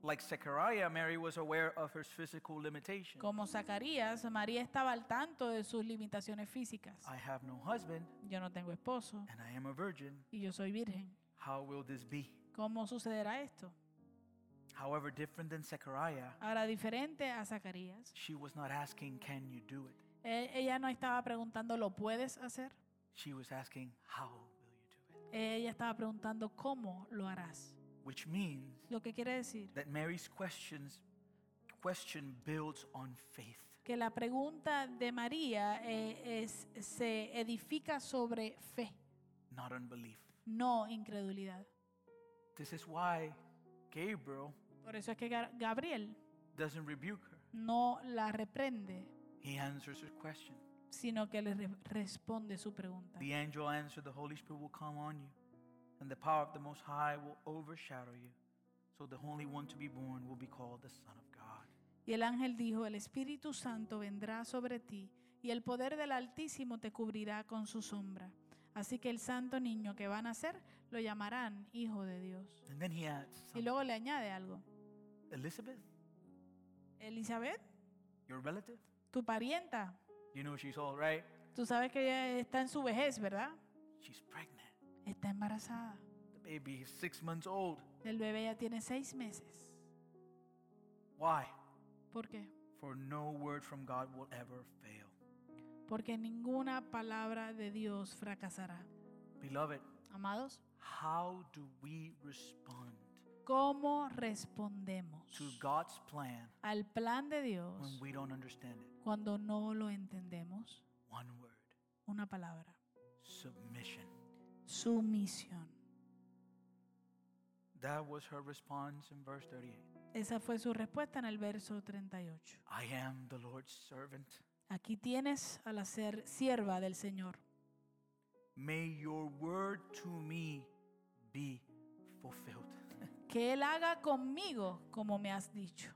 S1: Like Zechariah, Mary was aware of her physical limitations.
S2: Como Zacarías, María estaba al tanto de sus limitaciones físicas.
S1: I have no husband,
S2: Yo no tengo esposo
S1: and I am a virgin.
S2: y yo soy virgen.
S1: How will this be?
S2: ¿Cómo sucederá esto?
S1: However, different than Zechariah,
S2: Ahora, diferente a Zacarías,
S1: she was not asking, Can you do it?
S2: e- ella no estaba preguntando, ¿lo puedes hacer?
S1: She was asking, How will you do it?
S2: Ella estaba preguntando, ¿cómo lo harás?
S1: Which means
S2: Lo que quiere decir
S1: that Mary's questions, question builds on faith.
S2: que la pregunta de María eh, es- se edifica sobre fe.
S1: Not on belief.
S2: no incredulidad.
S1: This is why Gabriel
S2: Por eso es que Ga- Gabriel
S1: doesn't rebuke her.
S2: no la reprende,
S1: He answers her question.
S2: sino que le re- responde su pregunta.
S1: The angel answered, The Holy Spirit will come on you, and the power of the Most High will overshadow you. So the Holy One to be born will be called the Son of God.
S2: Y el ángel dijo, el Espíritu Santo vendrá sobre ti y el poder del Altísimo te cubrirá con su sombra. Así que el santo niño que va a nacer lo llamarán Hijo de Dios.
S1: And then he adds,
S2: Y luego le añade algo.
S1: Elizabeth,
S2: Elizabeth,
S1: your relative?
S2: tu parienta,
S1: You know she's old, right?
S2: tú sabes que ella está en su vejez, ¿verdad?
S1: She's pregnant.
S2: Está embarazada.
S1: The baby is six months old.
S2: El bebé ya tiene seis meses.
S1: Why?
S2: ¿Por qué?
S1: For no word from God will ever fail.
S2: porque ninguna palabra de Dios fracasará.
S1: Beloved,
S2: Amados,
S1: how do we respond
S2: ¿cómo
S1: to
S2: respondemos
S1: God's plan
S2: al plan de
S1: when
S2: Dios
S1: we don't understand it?
S2: cuando no lo entendemos?
S1: One word
S2: Una palabra,
S1: submission.
S2: sumisión.
S1: That was her response in verse 38.
S2: Esa fue su respuesta en el verso 38.
S1: I am the Lord's servant.
S2: Aquí tienes a la ser sierva del Señor.
S1: May your word to me be fulfilled.
S2: Que Él haga conmigo como me has dicho.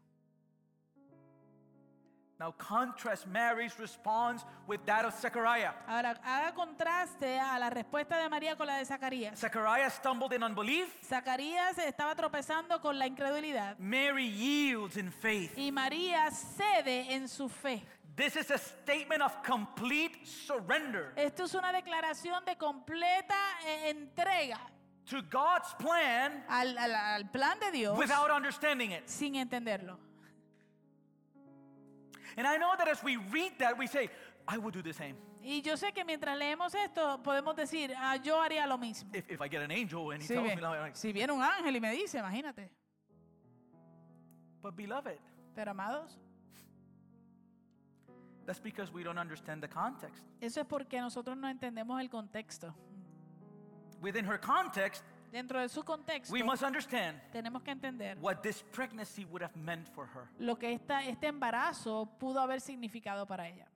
S1: Now contrast Mary's response with that of Zechariah.
S2: Ahora, haga contraste a la respuesta de María con la de Zacarías.
S1: Zechariah stumbled in unbelief.
S2: Zacarías estaba tropezando con la incredulidad
S1: Mary yields in faith.
S2: y María cede en su fe.
S1: This is a statement of complete surrender
S2: Esto es una declaración de completa eh, entrega
S1: to God's plan
S2: al, al- al plan de Dios
S1: without understanding it.
S2: sin entenderlo.
S1: And I know that as we read that, we say, I would do the same.
S2: Y yo sé que mientras leemos esto podemos decir, "Ah, yo haría lo mismo.
S1: If, if I get an angel and he
S2: Si,
S1: tells
S2: ve-
S1: me, like,
S2: si viene un ángel y me dice, imagínate.
S1: but beloved,
S2: Pero amados,
S1: that's because we don't understand the context.
S2: eso es porque nosotros no entendemos el contexto.
S1: Within her context,
S2: Dentro de su contexto,
S1: we must understand
S2: tenemos que entender
S1: what this pregnancy would have meant for her.
S2: lo que esta, este embarazo pudo haber significado para ella.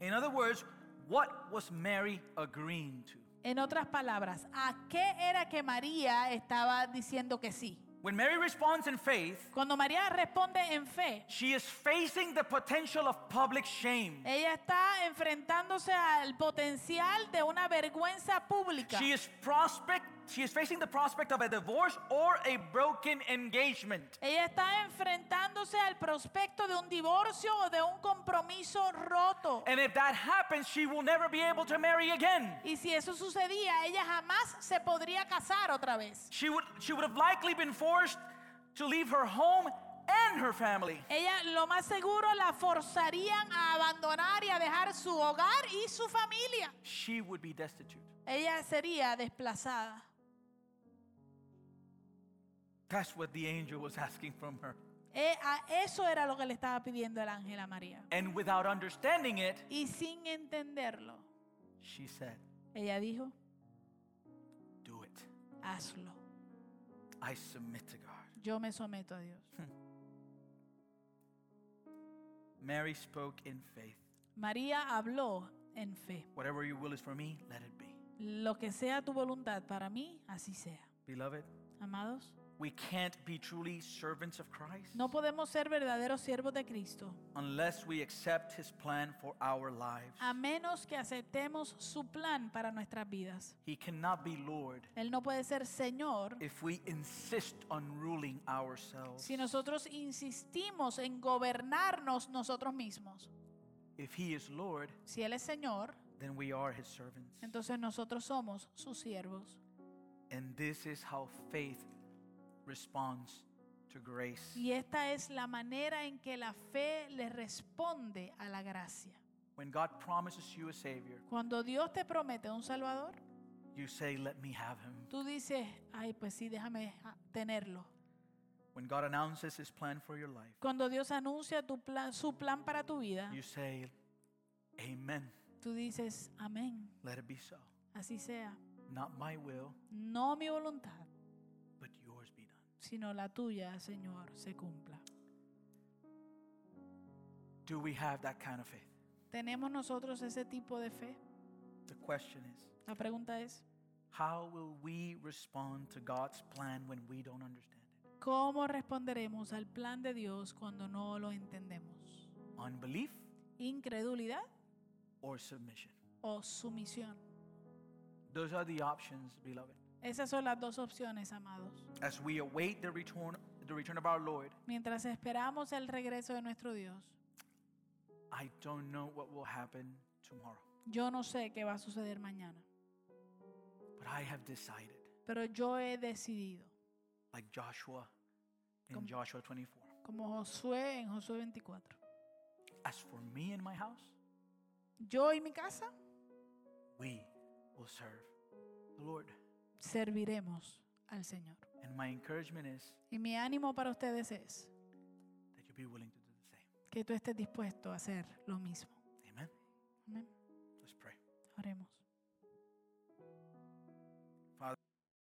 S1: In other words, what was Mary agreeing to?
S2: En otras palabras, ¿a qué era que María estaba diciendo que sí?
S1: When Mary responds in faith,
S2: Cuando María responde en fe,
S1: she is facing the potential of public shame.
S2: ella está enfrentándose al potencial de una vergüenza pública.
S1: She is prospect. She is facing the prospect of a divorce or a broken engagement.
S2: Ella está enfrentándose al prospecto de un divorcio o de un compromiso roto.
S1: And if that happens, she will never be able to marry again.
S2: Y si eso sucedía, ella jamás se podría casar otra vez.
S1: She would she would have likely been forced to leave her home and her family.
S2: Ella lo más seguro la forzarían a abandonar y a dejar su hogar y su familia.
S1: She would be destitute.
S2: Ella sería desplazada.
S1: That's what the angel was asking from her.
S2: Eh, a eso era lo que le estaba pidiendo el ángel a María.
S1: And without understanding it,
S2: Y sin entenderlo,
S1: she said,
S2: ella dijo,
S1: "Do it.
S2: hazlo.
S1: I submit to God."
S2: Yo me someto a Dios.
S1: Mary spoke in faith.
S2: María habló en fe.
S1: Whatever your will is for me, let it be.
S2: Lo que sea tu voluntad para mí, así sea.
S1: Beloved,
S2: Amados,
S1: we can't be truly servants of Christ
S2: no podemos ser verdaderos siervos de Cristo
S1: unless we accept his plan for our lives.
S2: a menos que aceptemos su plan para nuestras vidas.
S1: He cannot be Lord
S2: Él no puede ser Señor
S1: if we insist on ruling ourselves.
S2: si nosotros insistimos en gobernarnos nosotros mismos.
S1: If he is Lord,
S2: Si Él es Señor,
S1: then we are his servants.
S2: entonces nosotros somos sus siervos.
S1: And this is how faith responds to grace.
S2: Y esta es la manera en que la fe le responde a la gracia.
S1: When God promises you a Savior,
S2: Cuando Dios te promete un Salvador,
S1: you say, Let me have him.
S2: tú dices, ay, pues sí, déjame ah, tenerlo.
S1: When God announces his plan for your life,
S2: Cuando Dios anuncia tu plan, su plan para tu vida,
S1: you say, Amen.
S2: tú dices, amén,
S1: Let it be so.
S2: así sea.
S1: Not my will,
S2: No mi voluntad,
S1: but yours be done.
S2: sino la tuya, Señor, se cumpla.
S1: Do we have that kind of faith?
S2: ¿Tenemos nosotros ese tipo de fe?
S1: The question is,
S2: La pregunta es,
S1: How will we respond to God's plan when we don't understand it?
S2: ¿cómo responderemos al plan de Dios cuando no lo entendemos?
S1: Unbelief
S2: ¿Incredulidad
S1: or submission?
S2: o sumisión?
S1: Those are the options, beloved.
S2: Esas son las dos opciones, amados.
S1: As we await the return, the return of our Lord,
S2: Mientras esperamos el regreso de nuestro Dios,
S1: I don't know what will happen tomorrow,
S2: yo no sé qué va a suceder mañana,
S1: but I have decided,
S2: pero yo he decidido,
S1: like Joshua in
S2: Come.
S1: Joshua 24,
S2: como Josué en Josué 24,
S1: as for me and my house,
S2: yo y mi casa
S1: we will serve the Lord.
S2: serviremos al Señor.
S1: And my encouragement is
S2: Y mi ánimo para ustedes es
S1: that you be willing to do the same.
S2: que tú estés dispuesto a hacer lo mismo.